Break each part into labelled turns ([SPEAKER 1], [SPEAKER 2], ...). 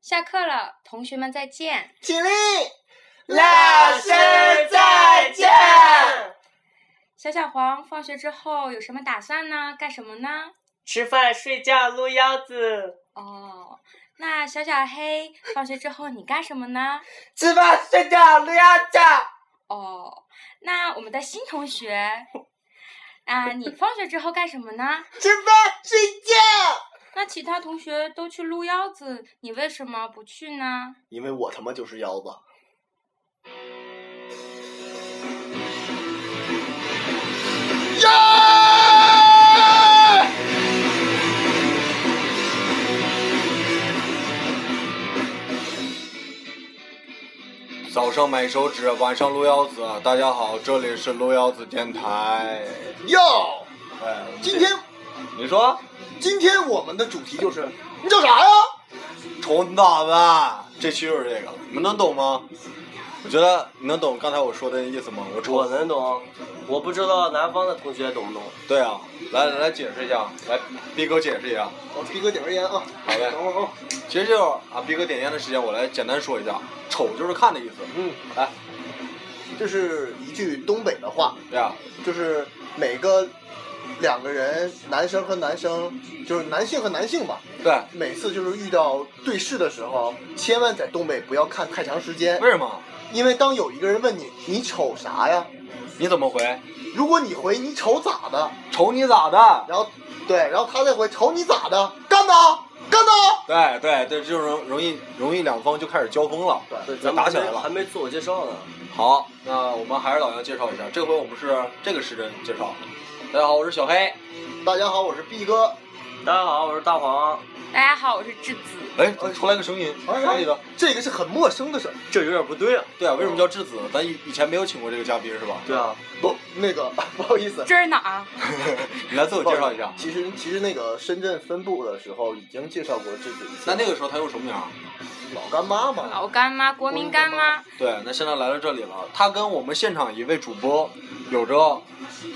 [SPEAKER 1] 下课了，同学们再见。
[SPEAKER 2] 起立，
[SPEAKER 3] 老师再见。
[SPEAKER 1] 小小黄放学之后有什么打算呢？干什么呢？
[SPEAKER 3] 吃饭、睡觉、撸腰子。
[SPEAKER 1] 哦，那小小黑放学之后你干什么呢？
[SPEAKER 2] 吃饭、睡觉、撸腰子。
[SPEAKER 1] 哦，那我们的新同学，啊、你放学之后干什么呢？
[SPEAKER 2] 吃饭、睡觉。
[SPEAKER 1] 那其他同学都去撸腰子，你为什么不去呢？
[SPEAKER 2] 因为我他妈就是腰子。
[SPEAKER 4] 早上买手指，晚上撸腰子。大家好，这里是撸腰子电台。
[SPEAKER 2] 哟，
[SPEAKER 4] 哎，
[SPEAKER 2] 今天
[SPEAKER 4] 你说
[SPEAKER 2] 今天我们的主题就是，你叫啥呀？
[SPEAKER 4] 虫脑子，这期就是这个，你们能懂吗？我觉得你能懂刚才我说的意思吗？我
[SPEAKER 3] 我
[SPEAKER 4] 说
[SPEAKER 3] 能懂，我不知道南方的同学懂不懂。
[SPEAKER 4] 对啊，来来来解释一下，来逼哥解释一下。
[SPEAKER 2] 我逼哥点根烟啊。
[SPEAKER 4] 好嘞
[SPEAKER 2] 等会儿啊。
[SPEAKER 4] 其实就是啊，逼哥点烟的时间，我来简单说一下，丑就是看的意思。
[SPEAKER 2] 嗯，
[SPEAKER 4] 来，
[SPEAKER 2] 这是一句东北的话，
[SPEAKER 4] 对啊，
[SPEAKER 2] 就是每个两个人，男生和男生，就是男性和男性吧。
[SPEAKER 4] 对，
[SPEAKER 2] 每次就是遇到对视的时候，千万在东北不要看太长时间，
[SPEAKER 4] 为什么？
[SPEAKER 2] 因为当有一个人问你你瞅啥呀，
[SPEAKER 4] 你怎么回？
[SPEAKER 2] 如果你回你瞅咋的，
[SPEAKER 4] 瞅你咋的？
[SPEAKER 2] 然后对，然后他再回瞅你咋的，干的啊干的啊，
[SPEAKER 4] 对对对，就是容容易容易两方就开始交锋了。
[SPEAKER 2] 对，
[SPEAKER 4] 咱们
[SPEAKER 3] 打
[SPEAKER 4] 打
[SPEAKER 3] 起
[SPEAKER 4] 起
[SPEAKER 3] 来
[SPEAKER 4] 来
[SPEAKER 3] 了，
[SPEAKER 4] 了
[SPEAKER 3] 还没自我介绍呢。
[SPEAKER 4] 好，那我们还是老样介绍一下，这回我们是这个时针介绍。大家好，我是小黑。
[SPEAKER 2] 大家好，我是 B 哥，
[SPEAKER 3] 大家好，我是大黄，
[SPEAKER 1] 大家好，我是智子。
[SPEAKER 4] 哎，怎么出来个声音，
[SPEAKER 2] 哎
[SPEAKER 4] 哪里的？
[SPEAKER 2] 这个是很陌生的事儿，
[SPEAKER 3] 这有点不对啊。
[SPEAKER 4] 对啊，为什么叫质子？咱以以前没有请过这个嘉宾是吧？
[SPEAKER 3] 对啊，
[SPEAKER 2] 不，那个 不好意思。
[SPEAKER 1] 这是哪儿？ 啊
[SPEAKER 4] 你来自我介绍一下。
[SPEAKER 2] 其实其实那个深圳分部的时候已经介绍过这几次，
[SPEAKER 4] 那那个时候他用什么名儿？
[SPEAKER 2] 老干妈 嘛，
[SPEAKER 1] 老干妈，国民干妈。
[SPEAKER 4] 对，那现在来到这里了，他跟我们现场一位主播有着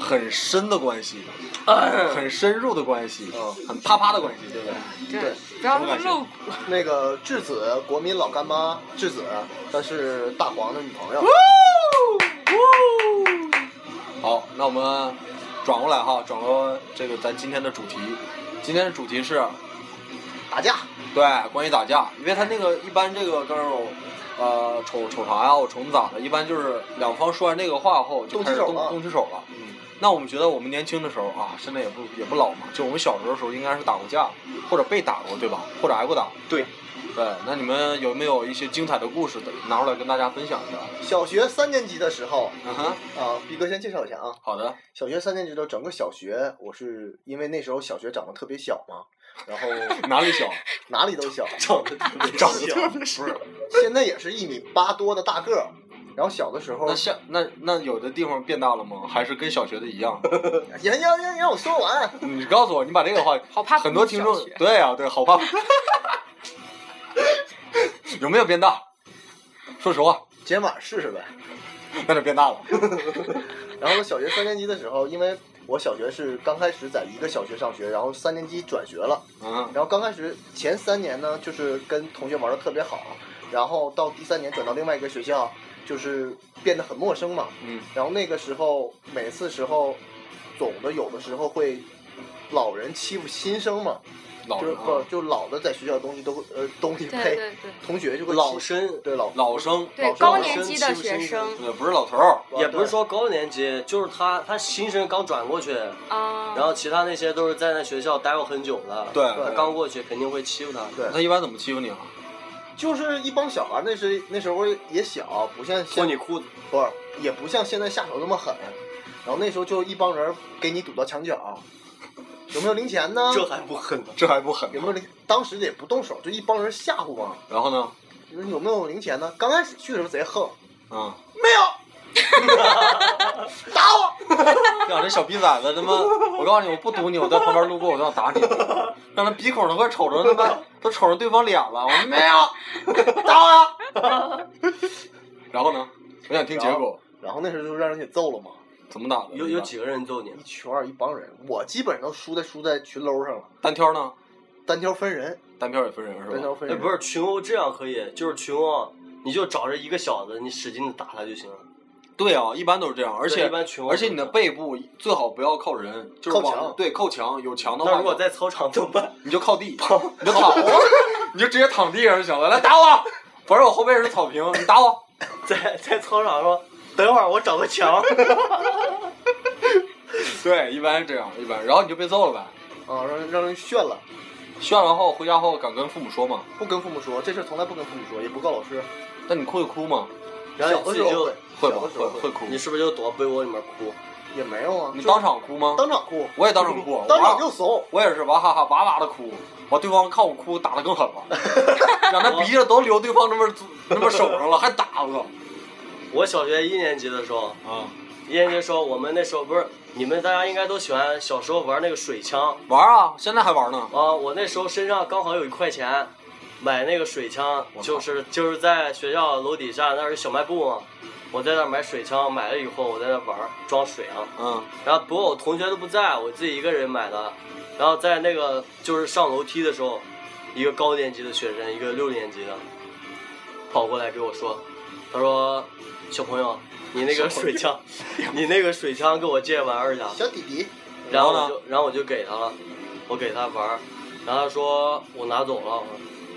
[SPEAKER 4] 很深的关 系，很深入的关系，
[SPEAKER 2] 嗯
[SPEAKER 4] 很啪啪的关系，对不对？
[SPEAKER 1] 对，不要说露骨。
[SPEAKER 2] 那个质子国民老干妈质子，她是大黄的女朋友。
[SPEAKER 4] 好，那我们转过来哈，转过这个咱今天的主题，今天的主题是
[SPEAKER 2] 打架，
[SPEAKER 4] 对关于打架，因为他那个一般这个跟我。呃，瞅瞅啥呀？我瞅你咋的？一般就是两方说完这个话后，就
[SPEAKER 2] 动
[SPEAKER 4] 开
[SPEAKER 2] 起
[SPEAKER 4] 始
[SPEAKER 2] 手
[SPEAKER 4] 动
[SPEAKER 2] 了
[SPEAKER 4] 动起手了。那我们觉得我们年轻的时候啊，现在也不也不老嘛，就我们小时候的时候应挨是打过架，或者被打过，对吧？或者挨过打。
[SPEAKER 2] 对。
[SPEAKER 4] 对，那你们有没有一些精彩的故事的拿出来跟大家分享一下？
[SPEAKER 2] 小学三年级的时候
[SPEAKER 4] 嗯哼，
[SPEAKER 2] 啊，毕哥先介绍一下啊。
[SPEAKER 4] 好的。
[SPEAKER 2] 小学三年级的整个小学，我是因为那时候小学长得特别小嘛，然 后
[SPEAKER 4] 哪里 小？
[SPEAKER 2] 哪里都小，
[SPEAKER 3] 长得特别
[SPEAKER 4] 长得
[SPEAKER 3] 像
[SPEAKER 4] 特别小。
[SPEAKER 2] 现在也是一米八多的大个儿。然后小的时候
[SPEAKER 4] 那，像那那有的地方变大了吗？还是跟小学的一样？
[SPEAKER 2] 让让让让我说完，
[SPEAKER 4] 你告诉我，你把这个话，
[SPEAKER 1] 好怕
[SPEAKER 4] 很多听众对啊对，好怕。 有没有变大？说实话，
[SPEAKER 2] 今天晚上试试呗。
[SPEAKER 4] 那就变大了。
[SPEAKER 2] 然后我小学三年级的时候，因为我小学是刚开始在一个小学上学，然后三年级转学了。
[SPEAKER 4] 嗯，
[SPEAKER 2] 然后刚开始前三年呢，就是跟同学玩的特别好，然后到第三年转到另外一个学校，就是变得很陌生嘛。
[SPEAKER 4] 嗯。
[SPEAKER 2] 然后那个时候每次时候，总的有的时候会老人欺负新生嘛，
[SPEAKER 4] 老
[SPEAKER 2] 就是
[SPEAKER 4] 人
[SPEAKER 2] 不
[SPEAKER 4] 啊，
[SPEAKER 2] 就老的在学校东西都会呃东西
[SPEAKER 1] 对
[SPEAKER 2] 呸，
[SPEAKER 1] 对对
[SPEAKER 2] 同学就会欺
[SPEAKER 3] 老生，
[SPEAKER 2] 对老
[SPEAKER 4] 老生，
[SPEAKER 1] 对，
[SPEAKER 2] 老师
[SPEAKER 1] 高
[SPEAKER 2] 老
[SPEAKER 1] 年
[SPEAKER 3] 师
[SPEAKER 1] 级
[SPEAKER 3] 欺
[SPEAKER 1] 的
[SPEAKER 3] 负
[SPEAKER 1] 学
[SPEAKER 3] 新生
[SPEAKER 1] 生
[SPEAKER 4] 对，不是老头儿。
[SPEAKER 3] 也不是
[SPEAKER 2] 对
[SPEAKER 3] 说高年级，就是他，他新生刚转过去，
[SPEAKER 1] 啊
[SPEAKER 3] 然，后其他那些都是在那学校待过很久的。
[SPEAKER 4] 对
[SPEAKER 3] 他刚过去肯定会欺负他。
[SPEAKER 2] 对
[SPEAKER 4] 他一般怎么欺负你啊？
[SPEAKER 2] 就是一帮小孩，那时那时候也小，不像
[SPEAKER 3] 脱
[SPEAKER 2] 现
[SPEAKER 3] 你裤子，
[SPEAKER 2] 不是也不像现在下手那么狠，然后那时候就一帮人给你堵到墙角，有没有零钱呢？
[SPEAKER 3] 这还不狠呢？
[SPEAKER 4] 这还不狠
[SPEAKER 2] 有没有零？当时也不动手，就一帮人吓唬嘛。
[SPEAKER 4] 然后呢？
[SPEAKER 2] 你说有没有零钱呢？刚开始去的时候贼横，
[SPEAKER 4] 嗯，
[SPEAKER 2] 没有， 打 我！
[SPEAKER 4] 哎呀，这小逼崽子他妈！我告诉你，我不堵你，我在旁边路过，我都想打你，让他鼻孔都快瞅着他妈，都瞅着对方脸了。我说没有，打我！然后呢？我想听结果，
[SPEAKER 2] 然后那时候就让人给揍了嘛，
[SPEAKER 4] 怎么打的？
[SPEAKER 3] 有有几个人揍你
[SPEAKER 2] 一？圈儿一帮人，我基本上都输在输在群搂上了。
[SPEAKER 4] 单挑呢？
[SPEAKER 2] 单挑分人，
[SPEAKER 4] 单挑也分人是
[SPEAKER 2] 单
[SPEAKER 4] 吧？
[SPEAKER 2] 挑分
[SPEAKER 3] 哎，
[SPEAKER 2] 人。
[SPEAKER 3] 不是群殴这样可以，就是群殴啊，你就找着一个小子，你使劲的打他就行了。
[SPEAKER 4] 对啊，一般都是这样，而
[SPEAKER 3] 对
[SPEAKER 4] 且
[SPEAKER 3] 一般群殴，
[SPEAKER 4] 而且你的背部最好不要靠人，就是
[SPEAKER 2] 靠
[SPEAKER 4] 往
[SPEAKER 2] 墙
[SPEAKER 4] 对靠墙，有墙的
[SPEAKER 3] 那
[SPEAKER 4] 话
[SPEAKER 3] 如果在操场怎么办？
[SPEAKER 4] 你就靠地，你就躺，你就直接躺地上就行了。来打我，不是我后背是草坪，你打我。
[SPEAKER 3] 在在操场说，等会儿我找个墙。
[SPEAKER 4] 对，一般是这样，一般，然后你就被揍了呗。
[SPEAKER 2] 啊，让人让人炫了，
[SPEAKER 4] 炫完后回家后敢跟父母说吗？
[SPEAKER 2] 不跟父母说这事，从来不跟父母说，也不告老师。
[SPEAKER 4] 那你会哭吗？
[SPEAKER 2] 然后
[SPEAKER 3] 然
[SPEAKER 2] 小的
[SPEAKER 3] 后你
[SPEAKER 2] 时
[SPEAKER 3] 自己
[SPEAKER 2] 候
[SPEAKER 3] 就
[SPEAKER 2] 会，
[SPEAKER 4] 会
[SPEAKER 2] 小
[SPEAKER 4] 吧，
[SPEAKER 2] 的时
[SPEAKER 4] 会
[SPEAKER 2] 候
[SPEAKER 4] 会哭。
[SPEAKER 3] 你是不是就躲被窝里面哭？
[SPEAKER 2] 也没有啊，
[SPEAKER 4] 你
[SPEAKER 2] 就
[SPEAKER 4] 当场哭吗？
[SPEAKER 2] 当场哭，
[SPEAKER 4] 我也当场哭，
[SPEAKER 2] 当场
[SPEAKER 4] 我
[SPEAKER 2] 就怂，
[SPEAKER 4] 我也是哇哈哈哇哇的哭，完对方看我哭打的更 狠了，让那鼻子都流对方那边那边手上了，还打我。
[SPEAKER 3] 我小学一年级的时候，
[SPEAKER 4] 啊，
[SPEAKER 3] 一年级的时候，我们那时候不是你们大家应该都喜欢小时候玩那个水枪
[SPEAKER 4] 玩啊，现在还玩呢。
[SPEAKER 3] 啊！我那时候身上刚好有一块钱，买那个水枪
[SPEAKER 4] 我，靠
[SPEAKER 3] 就是就是在学校楼底下那是小卖部嘛，我在那儿买水枪，买了以后我在那儿玩儿装水啊，
[SPEAKER 4] 嗯，
[SPEAKER 3] 然后不过我同学都不在，我自己一个人买的。然后在那个就是上楼梯的时候，一个高年级的学生，一个六年级的，跑过来给我说，他说：“小朋友，你那个水枪，你那个水枪给我借玩一下。
[SPEAKER 2] 小弟弟，”
[SPEAKER 3] 然后我
[SPEAKER 4] 然后呢
[SPEAKER 3] 就然后我就给他了，我给他玩儿，然后他说我拿走了，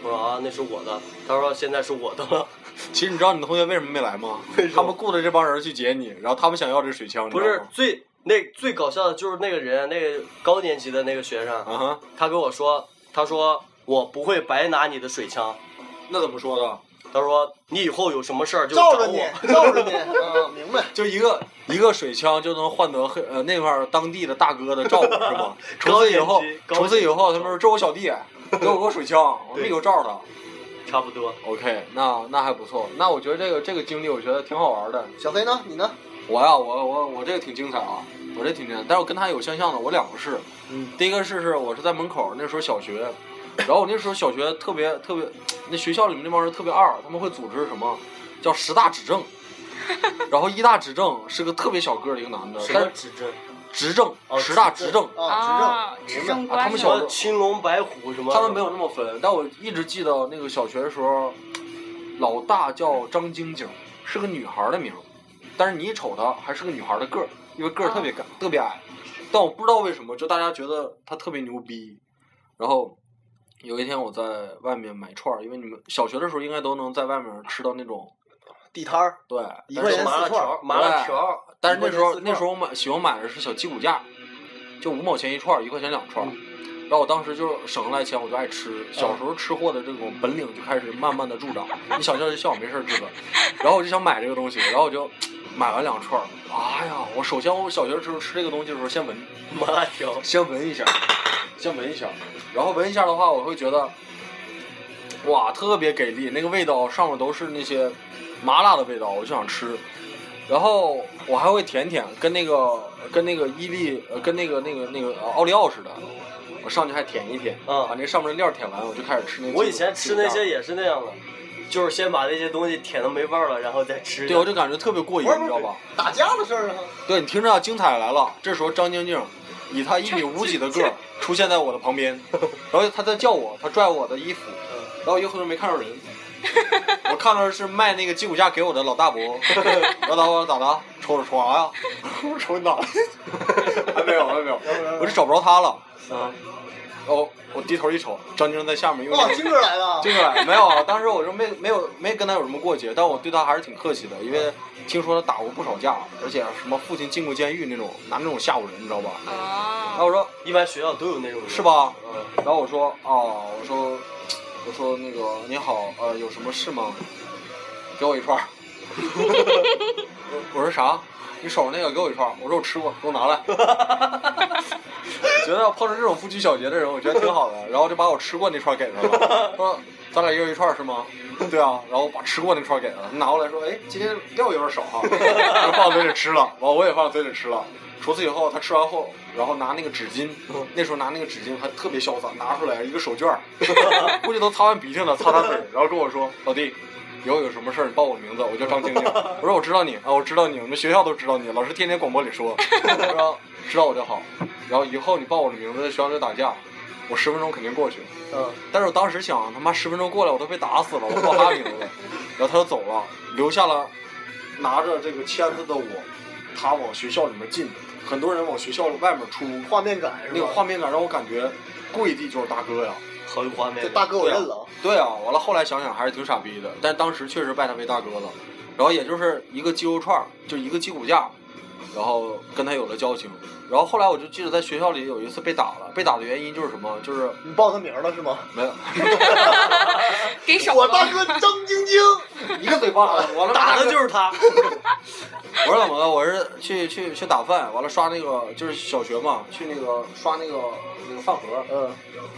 [SPEAKER 3] 我说啊那是我的，他说现在是我的了，
[SPEAKER 4] 其实你知道你同学为什么没来吗？他们雇的这帮人去劫你，然后他们想要这水枪，你
[SPEAKER 3] 不
[SPEAKER 4] 知道
[SPEAKER 3] 是
[SPEAKER 4] 吗
[SPEAKER 3] 最那最搞笑的就是那个人，那个高年级的那个学生，
[SPEAKER 4] 啊哈，
[SPEAKER 3] 他跟我说，他说我不会白拿你的水枪，
[SPEAKER 4] 那怎么说的？
[SPEAKER 3] 他说你以后有什么事儿就找
[SPEAKER 2] 罩着你
[SPEAKER 3] 我。，
[SPEAKER 2] 罩着你，啊，明白。
[SPEAKER 4] 就一个一个水枪就能换得黑呃那块儿当地的大哥的照顾是吗？ 从此以后
[SPEAKER 3] 高年级，高
[SPEAKER 4] 从此以后他们说这我小弟，给我个水枪，我
[SPEAKER 3] 对
[SPEAKER 4] 没有照他。
[SPEAKER 3] 差不多，
[SPEAKER 4] OK，那那还不错，那我觉得这个这个经历我觉得挺好玩的。
[SPEAKER 2] 小飞呢？你呢？
[SPEAKER 4] 我呀，我我我这个挺精彩啊，我这挺精彩，但是我跟他有相像的，我两个是，
[SPEAKER 2] 嗯，
[SPEAKER 4] 第一个是是我是在门口那时候小学，然后我那时候小学特别特别，那学校里面那帮人特别二，他们会组织什么叫十大指正，然后一大指正是个特别小个儿的一个男的，但是
[SPEAKER 3] 指针？
[SPEAKER 4] 执政
[SPEAKER 3] 哦
[SPEAKER 4] 十大执政，
[SPEAKER 2] 啊，
[SPEAKER 1] 啊，
[SPEAKER 2] 执
[SPEAKER 1] 执
[SPEAKER 2] 政，
[SPEAKER 1] 政
[SPEAKER 2] 明白。
[SPEAKER 1] 官
[SPEAKER 4] 他们
[SPEAKER 1] 是
[SPEAKER 4] 小
[SPEAKER 1] 吗
[SPEAKER 3] 什
[SPEAKER 4] 时候
[SPEAKER 3] 么青龙白虎什么？
[SPEAKER 4] 他 们没有那么分，但我一直记得那个小学的时候，老大叫张晶晶，是个女孩的名儿，但是你一瞅她还是个女孩的个儿，因为个儿特别高、特别矮，但我不知道为什么，就大家觉得她特别牛逼。然后有一天我在外面买串儿，因为你们小学的时候应该都能在外面吃到那种
[SPEAKER 2] 地摊儿，
[SPEAKER 4] 对，
[SPEAKER 2] 一
[SPEAKER 4] 但
[SPEAKER 2] 块
[SPEAKER 4] 是
[SPEAKER 2] 钱
[SPEAKER 3] 麻辣条，麻辣条，
[SPEAKER 4] 但是那时候
[SPEAKER 2] 一块钱四串
[SPEAKER 4] 那时候我买喜欢买的是小鸡骨架，就五毛钱一串儿，一块钱两串儿。然后我当时就省下来钱，我就爱吃。小时候吃货的这种本领就开始慢慢的助长。你想笑就笑，没事儿吃吧。然后我就想买这个东西，然后我就买了两串儿。哎呀，我首先我小学的时候吃这个东西的时候，先闻，
[SPEAKER 3] 麻辣 条，
[SPEAKER 4] 先闻一下，先闻一下。然后闻一下的话，我会觉得，哇，特别给力，那个味道上面都是那些麻辣的味道，我就想吃。然后我还会舔舔，跟那个跟那个伊利，呃跟那个那个那个呃奥利奥似的，我上去还舔一舔，
[SPEAKER 3] 嗯
[SPEAKER 4] 把那上面的料舔完，我就开始吃那个。
[SPEAKER 3] 我以前吃那些，也是那样的，就是先把那些东西舔的没味儿了，然后再吃。
[SPEAKER 4] 对，我就感觉特别过瘾，
[SPEAKER 2] 不是
[SPEAKER 4] 你知道吧？
[SPEAKER 2] 打架的事儿啊。
[SPEAKER 4] 对你听着啊，精彩来了！这时候张晶晶以她一米五几的个儿出现在我的旁边，然后她在叫我，她拽我的衣服，然后我一回头没看着人，我看到的是卖那个鸡骨架给我的老大伯，老大伯咋的？瞅我瞅啥呀？我瞅你咋了？还没有，还没有，我是找不着他了。
[SPEAKER 3] 嗯
[SPEAKER 4] 哦，我低头一瞅，张晶在下面，因为
[SPEAKER 2] 哇，金哥来 了
[SPEAKER 4] 这，个没有啊，当时我就没没有没跟他有什么过节，但我对他还是挺客气的，因为听说他打过不少架，而且什么父亲进过监狱那种，拿那种吓唬人，你知道吧？然后
[SPEAKER 1] 哦，
[SPEAKER 4] 我说
[SPEAKER 3] 一般学校都有那种人
[SPEAKER 4] 是？吧？
[SPEAKER 3] 嗯，
[SPEAKER 4] 然后我说哦，我说我说那个你好，呃，有什么事吗？给我一串儿。 我我说啥？你手上那个给我一串儿。我说我吃过，给我拿来。 觉得碰上这种不拘小节的人，我觉得挺好的。然后就把我吃过那串儿给他了，说咱俩一人一串儿是吗？对啊，然后把吃过那串儿给他，了，拿过来说，哎，今天料有点少哈，就放嘴里吃了，完我也放嘴里吃了。除此以后，他吃完后，然后拿那个纸巾，那时候拿那个纸巾还特别潇洒，拿出来一个手绢儿， 估计都擦完鼻涕了，擦擦嘴，然后跟我说，老弟。以后有什么事儿，你报我名字，我叫张晶晶。我说我知道你啊，我知道你，我们学校都知道你，老师天天广播里说，我说知道我就好。然后以后你报我的名字，在学校就打架。我十分钟肯定过去。
[SPEAKER 2] 嗯，
[SPEAKER 4] 但是我当时想，他妈十分钟过来我都被打死了，我报哈名了。然后他就走了，留下了拿着这个签子的我，他往学校里面进，很多人往学校外面出，
[SPEAKER 2] 画面感是吧？
[SPEAKER 4] 那个画面感让我感觉跪地就是大哥呀。
[SPEAKER 3] 好有画面
[SPEAKER 2] 这
[SPEAKER 3] 感。
[SPEAKER 2] 大哥我认了啊，
[SPEAKER 4] 对啊，完了后来想想还是挺傻逼的，但当时确实拜他为大哥了，然后也就是一个鸡肉串儿，就一个鸡骨架，然后跟他有了交情。然后后来我就记得在学校里有一次被打了，被打的原因就是什么？就是
[SPEAKER 2] 你报他名了是吗？
[SPEAKER 4] 没有，
[SPEAKER 1] 给手
[SPEAKER 2] 我
[SPEAKER 1] 了
[SPEAKER 2] 大哥张晶晶，
[SPEAKER 4] 一个嘴巴子，完 了
[SPEAKER 3] 打的就是是他，
[SPEAKER 4] 我是怎么了？我是去去去打饭，完了刷那个就是小学嘛，去那个刷那个那个饭盒，
[SPEAKER 2] 嗯，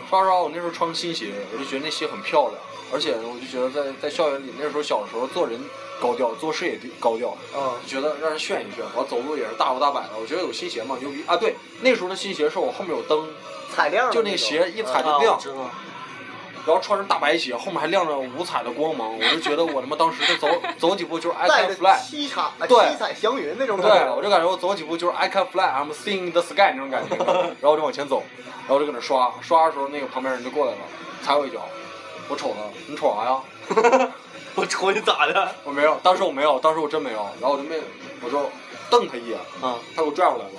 [SPEAKER 4] 刷刷，我那时候穿新鞋，我就觉得那鞋很漂亮，而且我就觉得在在校园里那时候小时候做人高调，做事也低高调，
[SPEAKER 2] 啊，
[SPEAKER 4] 觉得让人炫一炫，完走路也是大摇大摆的。我觉得有新鞋嘛，牛逼啊！对，那时候的新鞋是我后面有灯，
[SPEAKER 2] 彩亮的
[SPEAKER 4] 就
[SPEAKER 2] 那
[SPEAKER 4] 那
[SPEAKER 2] 种
[SPEAKER 4] 鞋一踩
[SPEAKER 2] 嗯
[SPEAKER 4] 就
[SPEAKER 3] 啊
[SPEAKER 4] 亮
[SPEAKER 3] 我，知道。
[SPEAKER 4] 然后穿着大白鞋，后面还亮着五彩的光芒，我就觉得我他妈当时就走走几步就是 I
[SPEAKER 2] 带
[SPEAKER 4] can
[SPEAKER 2] 着
[SPEAKER 4] fly，
[SPEAKER 2] 七彩啊
[SPEAKER 4] 对
[SPEAKER 2] 七彩祥云那种
[SPEAKER 4] 对
[SPEAKER 2] 感觉，
[SPEAKER 4] 我就感觉我走几步就是 I can fly，I'm seeing the sky 那种 感觉，然后我就往前走，然后我就搁那刷刷的时候，那个旁边人就过来了，踩我一脚，我瞅他，你瞅啥呀？
[SPEAKER 3] 我瞅你咋的？
[SPEAKER 4] 我没有，当时我没有，当时我真没有，然后我就没，我就瞪他一眼，
[SPEAKER 3] 啊，
[SPEAKER 4] 他给我拽过来了，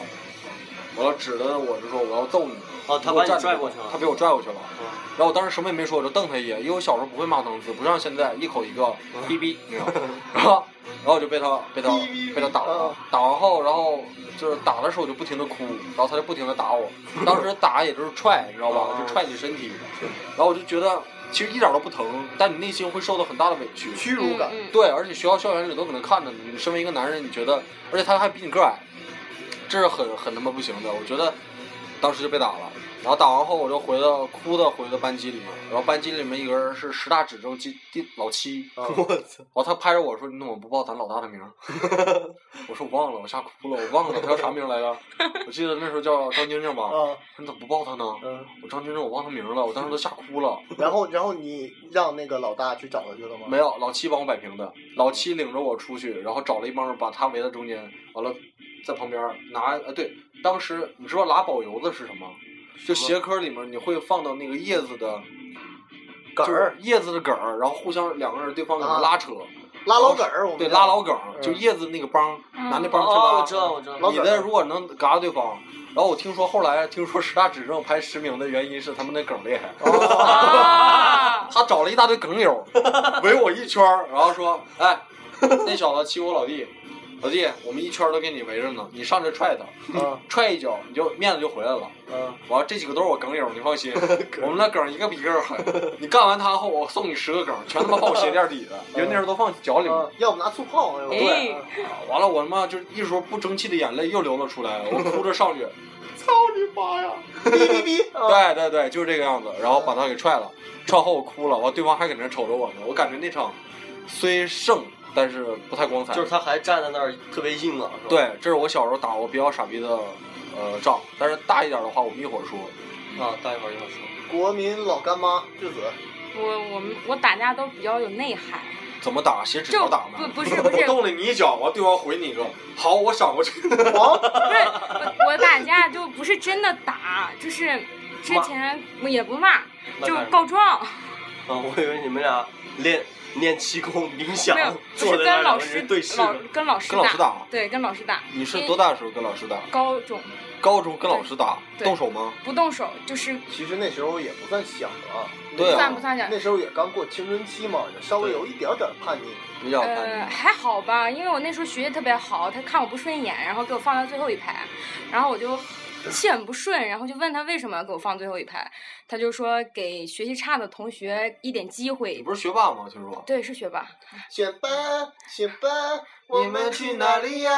[SPEAKER 4] 完了指着我就说我要揍你。
[SPEAKER 3] 哦，他把你拽过去了。
[SPEAKER 4] 他被我拽过去了。
[SPEAKER 3] 嗯
[SPEAKER 4] 然后我当时什么也没说，我就瞪他一眼，因为我小时候不会骂脏字，不像现在一口一个
[SPEAKER 3] 嗯
[SPEAKER 4] 哔哔，你知道吗。然后，然后我就被他被他
[SPEAKER 2] 哔哔哔
[SPEAKER 4] 被他打了
[SPEAKER 2] 嗯，
[SPEAKER 4] 打完后，然后就是打的时候我就不停的哭，然后他就不停的 打我，当时打也就是踹，你知道吧？
[SPEAKER 3] 嗯
[SPEAKER 4] 就踹你身体，然后我就觉得其实一点都不疼，但你内心会受到很大的委屈。
[SPEAKER 2] 屈辱感，
[SPEAKER 1] 嗯嗯
[SPEAKER 4] 对，而且学校校园里都可能看着你，你身为一个男人，你觉得，而且他还比你个儿矮，这是很很他妈不行的。我觉得当时就被打了，然后打完后我就回到哭的回到班级里面，然后班级里面一个人是十大指正第第老七，
[SPEAKER 2] 啊
[SPEAKER 3] 我操！
[SPEAKER 4] 然后他拍着我说：“你怎么不报咱老大的名儿？” 我说：“我忘了，我吓哭了，我忘了他叫啥名儿来着？我记得那时候叫张晶晶吧。
[SPEAKER 2] 啊，
[SPEAKER 4] 你怎么不报他呢？
[SPEAKER 2] 嗯，
[SPEAKER 4] 我张晶晶，我忘他名儿了，我当时都吓哭了。
[SPEAKER 2] 然后然后你让那个老大去找他去了吗？
[SPEAKER 4] 没有，老七帮我摆平的。老七领着我出去，然后找了一帮人把他围在中间，完了在旁边拿呃对，当时你知道拉宝油子是什么？就
[SPEAKER 3] 什么
[SPEAKER 4] 鞋壳里面你会放到那个叶子的
[SPEAKER 2] 梗儿，
[SPEAKER 4] 就是叶子的梗儿，然后互相两个人对方给
[SPEAKER 2] 啊
[SPEAKER 4] 拉扯，
[SPEAKER 2] 拉老梗儿，我们
[SPEAKER 4] 对
[SPEAKER 2] 叫
[SPEAKER 4] 拉老梗儿，
[SPEAKER 2] 嗯
[SPEAKER 4] 就叶子那个帮儿，
[SPEAKER 1] 嗯
[SPEAKER 4] 拿那帮儿去拉。
[SPEAKER 3] 哦，我知道，我知道。
[SPEAKER 2] 老
[SPEAKER 4] 你
[SPEAKER 2] 梗
[SPEAKER 4] 的
[SPEAKER 2] 儿
[SPEAKER 4] 如果能嘎对方，然后我听说后来听说十 大指正排十名的原因是他们那梗儿厉害。
[SPEAKER 3] 哦
[SPEAKER 1] 啊，
[SPEAKER 4] 他找了一大堆梗友，围我一圈儿，然后说：“哎，那小子欺负我老弟，老弟，我们一圈儿都给你围着呢，你上这踹他，
[SPEAKER 2] 啊
[SPEAKER 4] 踹一脚你就面子就回来了。
[SPEAKER 2] 啊
[SPEAKER 4] 完了，这几个都是我梗友，你放心，我们那梗一个比一个狠。你干完他后，我送你十个梗，全他妈放我鞋垫底的，因为那时候都放脚里面。
[SPEAKER 2] 啊，要不拿醋泡，哎呦
[SPEAKER 1] 哎
[SPEAKER 2] 啊
[SPEAKER 4] 完了，我他妈就是一说不争气的眼泪又流了出来，我哭着上去，
[SPEAKER 2] 操你妈呀！哔哔哔，
[SPEAKER 3] 嗯
[SPEAKER 2] 啊
[SPEAKER 4] 对对对，就是这个样子。然后把他给踹了，踹后我哭了，完对方还搁那瞅着我呢。我感觉那场虽胜，但是不太光彩。
[SPEAKER 3] 就是他还站在那儿特别硬朗，是吧？，
[SPEAKER 4] 对，这是我小时候打过比较傻逼的呃仗，但是大一点的话我们一会儿说。
[SPEAKER 3] 啊，大一会儿一会儿说。
[SPEAKER 2] 国民老干妈质子，
[SPEAKER 1] 我我们我打架都比较有内涵，
[SPEAKER 4] 怎么打？写纸
[SPEAKER 1] 就
[SPEAKER 4] 条打
[SPEAKER 1] 不
[SPEAKER 4] 吗？
[SPEAKER 1] 不是不 是
[SPEAKER 4] 我动了你一脚，完对方回你一个，好，我赏过去。
[SPEAKER 1] 不是，我我打架就不是真的打，就是之前也不骂，
[SPEAKER 3] 那
[SPEAKER 1] 就
[SPEAKER 3] 干什么
[SPEAKER 1] 告状，
[SPEAKER 3] 啊，我以为你们俩练练气功、冥想
[SPEAKER 1] 没有，，就
[SPEAKER 3] 坐
[SPEAKER 1] 是
[SPEAKER 3] 在那
[SPEAKER 1] 跟
[SPEAKER 3] 儿
[SPEAKER 1] 老
[SPEAKER 3] 两个
[SPEAKER 1] 师
[SPEAKER 3] 人对视。
[SPEAKER 1] 老跟老师
[SPEAKER 4] 跟老师打，
[SPEAKER 1] 对，跟老师打。
[SPEAKER 4] 你是多？大的时候跟老师打？
[SPEAKER 1] 高中
[SPEAKER 4] 高中跟老师打，
[SPEAKER 1] 对
[SPEAKER 4] 动手吗？
[SPEAKER 1] 不动手就是
[SPEAKER 2] 其实那时候也不算小啊，
[SPEAKER 4] 对啊
[SPEAKER 1] 算不算点？
[SPEAKER 2] 那时候也刚过青春期嘛，也稍微有一点点叛逆。
[SPEAKER 4] 比较
[SPEAKER 1] 呃，
[SPEAKER 4] 叛逆。
[SPEAKER 1] 还好吧，因为我那时候学习特别好，他看我不顺眼，然后给我放到最后一排，然后我就气很不顺，然后就问他为什么要给我放最后一排，他就说给学习差的同学一点机
[SPEAKER 4] 你
[SPEAKER 1] 会。
[SPEAKER 4] 不是学霸吗？听说。
[SPEAKER 1] 对，是学霸。
[SPEAKER 2] 选班，选班，我们去哪里呀？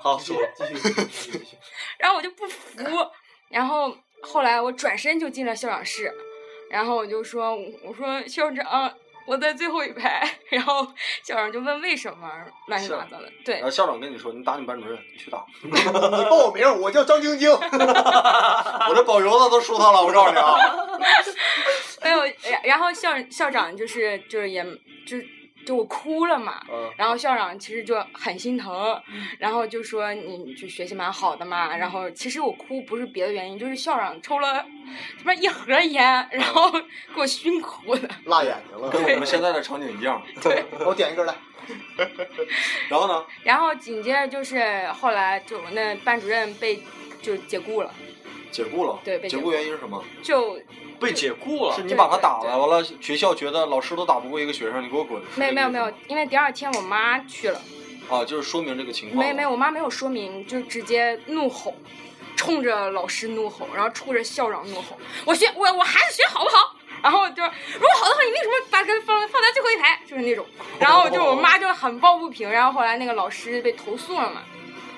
[SPEAKER 3] 好
[SPEAKER 2] 继续
[SPEAKER 3] 说
[SPEAKER 2] 继续继续继续。
[SPEAKER 1] 然后我就不服，然后后来我转身就进了校长室，然后我就说，我说校长，我在最后一排，然后校长就问为什么，乱七八糟的，对
[SPEAKER 4] 然后，呃校长跟你说，你打你班主任，你 去打。
[SPEAKER 2] 你报我名儿，我叫张晶晶。
[SPEAKER 4] 我这保油子都输他了，我告诉你啊。
[SPEAKER 1] 没有，然然后校校长就是就是也就是就我哭了嘛。
[SPEAKER 2] 嗯，
[SPEAKER 1] 然后校长其实就很心疼，然后就说你就学习蛮好的嘛。然后其实我哭不是别的原因，就是校长抽了他妈一盒烟，然后给我熏哭的。
[SPEAKER 2] 辣眼睛了。
[SPEAKER 4] 跟我们现在的场景一 样。
[SPEAKER 2] 给我点一根来。
[SPEAKER 4] 然后呢？
[SPEAKER 1] 然后紧接着就是后来就我那班主任被就解雇了，
[SPEAKER 4] 解雇了。
[SPEAKER 1] 对被解
[SPEAKER 4] 解
[SPEAKER 1] 雇
[SPEAKER 4] 雇原因是什么？
[SPEAKER 1] 就
[SPEAKER 3] 被解雇了
[SPEAKER 4] 是。你
[SPEAKER 1] 对
[SPEAKER 4] 把他
[SPEAKER 1] 对
[SPEAKER 4] 打
[SPEAKER 1] 对
[SPEAKER 4] 了，完了学校觉得老师都打不过一个学生，你给我滚。是
[SPEAKER 1] 没有
[SPEAKER 4] 这
[SPEAKER 1] 没有
[SPEAKER 4] 个
[SPEAKER 1] 没
[SPEAKER 4] 意思
[SPEAKER 1] 有，因为第二天我妈去了，
[SPEAKER 4] 吗。啊，就是说明这个情况。
[SPEAKER 1] 没没有，。我妈没有说明，就直接怒吼。冲着老师怒吼，然后冲着校长怒吼：“我学我我孩子学好不好？”然后就是如果好的话，你为什么把他放放在最后一排？就是那种。然后就我妈就很抱不平，然后后来那个老师被投诉了嘛。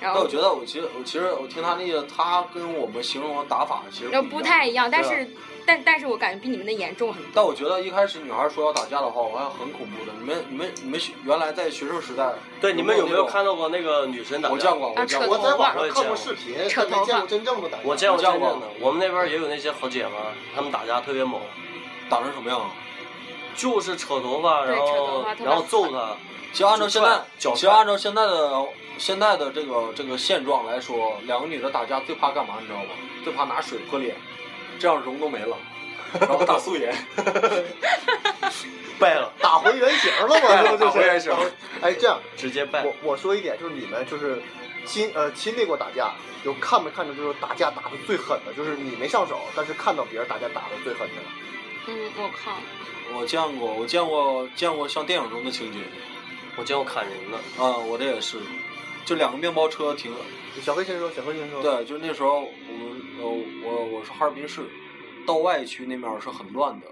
[SPEAKER 1] 然
[SPEAKER 4] 但
[SPEAKER 1] 后
[SPEAKER 4] 我觉得，我其实我其实我听他那个，他跟我们形容的打法其实
[SPEAKER 1] 然后
[SPEAKER 4] 不
[SPEAKER 1] 不
[SPEAKER 4] 一样
[SPEAKER 1] 太一样，但
[SPEAKER 4] 对啊
[SPEAKER 1] 是但但是我感觉比你们的严重很多。
[SPEAKER 4] 但我觉得一开始女孩说要打架的话，我还很恐怖的。你们、你们、你们学原来在学生时代，
[SPEAKER 3] 对，你们有没有
[SPEAKER 4] 那种
[SPEAKER 3] 看到过那个女神打架？
[SPEAKER 4] 我见过，我
[SPEAKER 1] 啊
[SPEAKER 4] 见
[SPEAKER 1] 扯
[SPEAKER 4] 过
[SPEAKER 2] 我
[SPEAKER 1] 头。
[SPEAKER 2] 在网
[SPEAKER 3] 我
[SPEAKER 2] 上
[SPEAKER 3] 也
[SPEAKER 2] 看过
[SPEAKER 3] 见过
[SPEAKER 2] 视频，
[SPEAKER 1] 扯
[SPEAKER 2] 但
[SPEAKER 1] 头
[SPEAKER 2] 没见
[SPEAKER 1] 发
[SPEAKER 2] 过真正的打架。
[SPEAKER 3] 我见过
[SPEAKER 4] 我见
[SPEAKER 3] 真
[SPEAKER 4] 过
[SPEAKER 3] 正的，我们那边也有那些好姐们儿，她们打架特别猛，
[SPEAKER 4] 打成什么样啊？
[SPEAKER 3] 就是扯头发，
[SPEAKER 1] 对
[SPEAKER 3] 然
[SPEAKER 1] 扯头
[SPEAKER 3] 后
[SPEAKER 1] 发特别
[SPEAKER 3] 然后揍她。
[SPEAKER 4] 其实按照现在，
[SPEAKER 3] 脚踹
[SPEAKER 4] 其实按照现在的现在的这个这个现状来说，两个女的打架最怕干嘛？你知道吗？最怕拿水泼脸，这样容都没了，然后打素颜。
[SPEAKER 3] 败了，
[SPEAKER 2] 打回原形了嘛， 这不就是
[SPEAKER 4] 打回原形
[SPEAKER 2] 打回哎，这样
[SPEAKER 3] 直接败。
[SPEAKER 2] 我我说一点，就是你们就是亲呃亲历过打架，就看没看着就是打架打的最狠的，就是你没上手，但是看到别人打架打的最狠的了。
[SPEAKER 1] 嗯，我靠，
[SPEAKER 4] 我见过，我见过见过像电影中的情节
[SPEAKER 3] 我见过砍人的，
[SPEAKER 4] 啊、我这也是，就两个面包车停了。
[SPEAKER 2] 小黑先说，小黑先说。，
[SPEAKER 4] 对，就那时候我们呃我我是哈尔滨市，到外区那面儿是很乱的，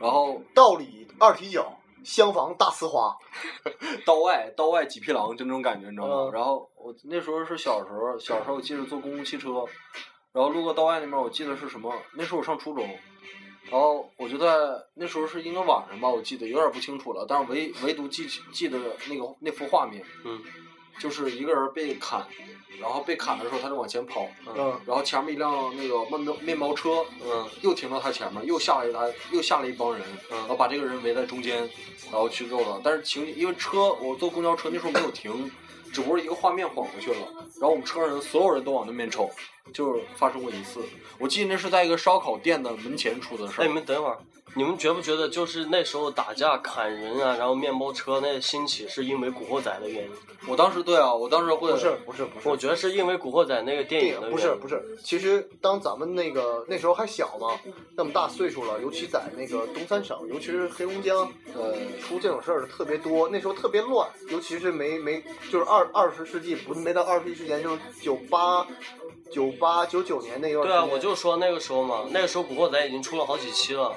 [SPEAKER 4] 然后
[SPEAKER 2] 道理二踢脚，相防大呲花。
[SPEAKER 4] 到外到外几匹狼就那种感觉，你知道吗？
[SPEAKER 2] 嗯
[SPEAKER 4] 然后我那时候是小时候，小时候我记得坐公共汽车，然后路过道外那边，我记得是什么？那时候我上初中，然后我就在那时候是应该晚上吧，我记得有点不清楚了，但是唯唯独记起记得那个那幅画面，
[SPEAKER 3] 嗯，
[SPEAKER 4] 就是一个人被砍，然后被砍的时候他就往前跑，
[SPEAKER 2] 嗯，
[SPEAKER 4] 然后前面一辆那个面包面包车，
[SPEAKER 3] 嗯，
[SPEAKER 4] 又停到他前面，又下了一台，又下了一帮人，
[SPEAKER 3] 嗯
[SPEAKER 4] 然后把这个人围在中间，然后去揍他。但是情因为车我坐公交车那时候没有停，只不过一个画面晃过去了，然后我们车上人所有人都往那边瞅，就是发生过一次。我记得那是在一个烧烤店的门前出的事
[SPEAKER 3] 哎，
[SPEAKER 4] 儿
[SPEAKER 3] 你。们等一会儿，你们觉不觉得就是那时候打架砍人啊，然后面包车那兴起是因为《古惑仔》的原因？
[SPEAKER 4] 我当时对啊，我当时会
[SPEAKER 2] 不是不是不是，
[SPEAKER 3] 我觉得是因为《古惑仔》那个电
[SPEAKER 2] 电
[SPEAKER 3] 影的
[SPEAKER 2] 影
[SPEAKER 3] 原因。
[SPEAKER 2] 不是不是，其实当咱们那个那时候还小嘛，那么大岁数了，尤其在那个东三省，尤其是黑龙江，呃，出这种事儿的特别多。那时候特别乱，尤其是没没就是二二十世纪不是没到二十一世纪，就是九八九八九九年那段时
[SPEAKER 3] 对
[SPEAKER 2] 间。
[SPEAKER 3] 啊，我就说那个时候嘛，那个时候《古惑仔》已经出了好几期了。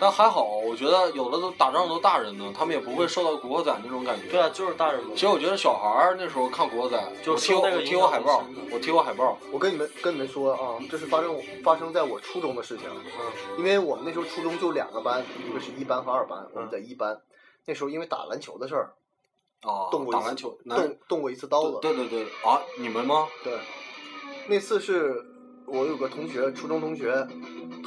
[SPEAKER 4] 但还好，我觉得有的都打仗都大人呢，他们也不会受到古惑仔那种感觉。
[SPEAKER 3] 对啊，就是大人嘛
[SPEAKER 4] 其。实我觉得小孩儿那时候看古惑仔，
[SPEAKER 3] 就
[SPEAKER 4] 我
[SPEAKER 3] 是
[SPEAKER 4] 贴
[SPEAKER 3] 受
[SPEAKER 4] 过
[SPEAKER 3] 那个
[SPEAKER 4] 我
[SPEAKER 3] 影
[SPEAKER 4] 贴过
[SPEAKER 3] 响
[SPEAKER 4] 海
[SPEAKER 3] 很
[SPEAKER 4] 报
[SPEAKER 3] 深的，
[SPEAKER 4] 我贴过海报，
[SPEAKER 2] 我跟你们跟你们说啊，这是发生发生在我初中的事情。啊
[SPEAKER 3] 嗯
[SPEAKER 2] 因为我们那时候初中就两个班，一个是一班和二班，我们在一班。那时候因为打篮球的事儿，
[SPEAKER 4] 啊
[SPEAKER 2] 动过，一
[SPEAKER 4] 打
[SPEAKER 2] 次
[SPEAKER 4] 篮球，男
[SPEAKER 2] 动动过一次刀子。
[SPEAKER 4] 对对对对啊，你们吗？
[SPEAKER 2] 对，那次是我有个同学，初中同学，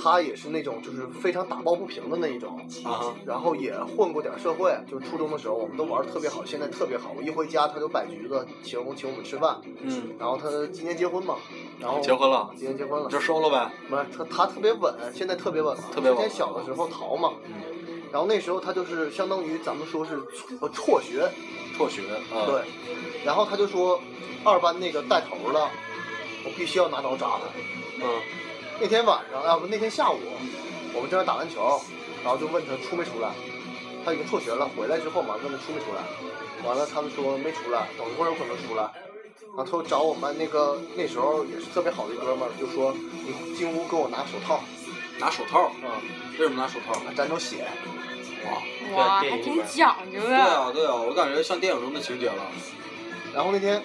[SPEAKER 2] 他也是那种就是非常打抱不平的那一种，
[SPEAKER 4] 啊，
[SPEAKER 2] 然后也混过点社会，就是初中的时候我们都玩的特别好，现在特别好。我一回家他就摆橘子，请我请我们吃饭，
[SPEAKER 4] 嗯，
[SPEAKER 2] 然后他今年结婚嘛，然后
[SPEAKER 4] 结婚了，
[SPEAKER 2] 今年结婚了，
[SPEAKER 4] 就收了呗。
[SPEAKER 2] 不是他他特别稳，现在特别稳了，
[SPEAKER 4] 特别稳
[SPEAKER 2] 之前小的时候逃嘛，然后那时候他就是相当于咱们说是辍呃辍学，
[SPEAKER 4] 辍学啊，
[SPEAKER 2] 对，然后他就说二班那个带头的，我必须要拿刀扎他。
[SPEAKER 3] 嗯，
[SPEAKER 2] 那天晚上啊不那天下午，我们正在打篮球，然后就问他出没出来，他已经辍学了，回来之后嘛问他出没出来，完了他们说没出来，等一会儿有可能出来。然后他又找我们那个那时候也是特别好的一哥们儿，就说你进屋给我拿手套，
[SPEAKER 4] 拿手套，
[SPEAKER 2] 啊、
[SPEAKER 4] 为什么拿手套？
[SPEAKER 2] 嗯，沾着血，
[SPEAKER 4] 哇，
[SPEAKER 1] 哇，
[SPEAKER 3] 电
[SPEAKER 1] 还
[SPEAKER 3] 影
[SPEAKER 1] 挺
[SPEAKER 3] 里边
[SPEAKER 1] 讲究
[SPEAKER 4] 对
[SPEAKER 1] 的。
[SPEAKER 4] 啊对啊，我感觉像电影中的情节了。
[SPEAKER 2] 然后那天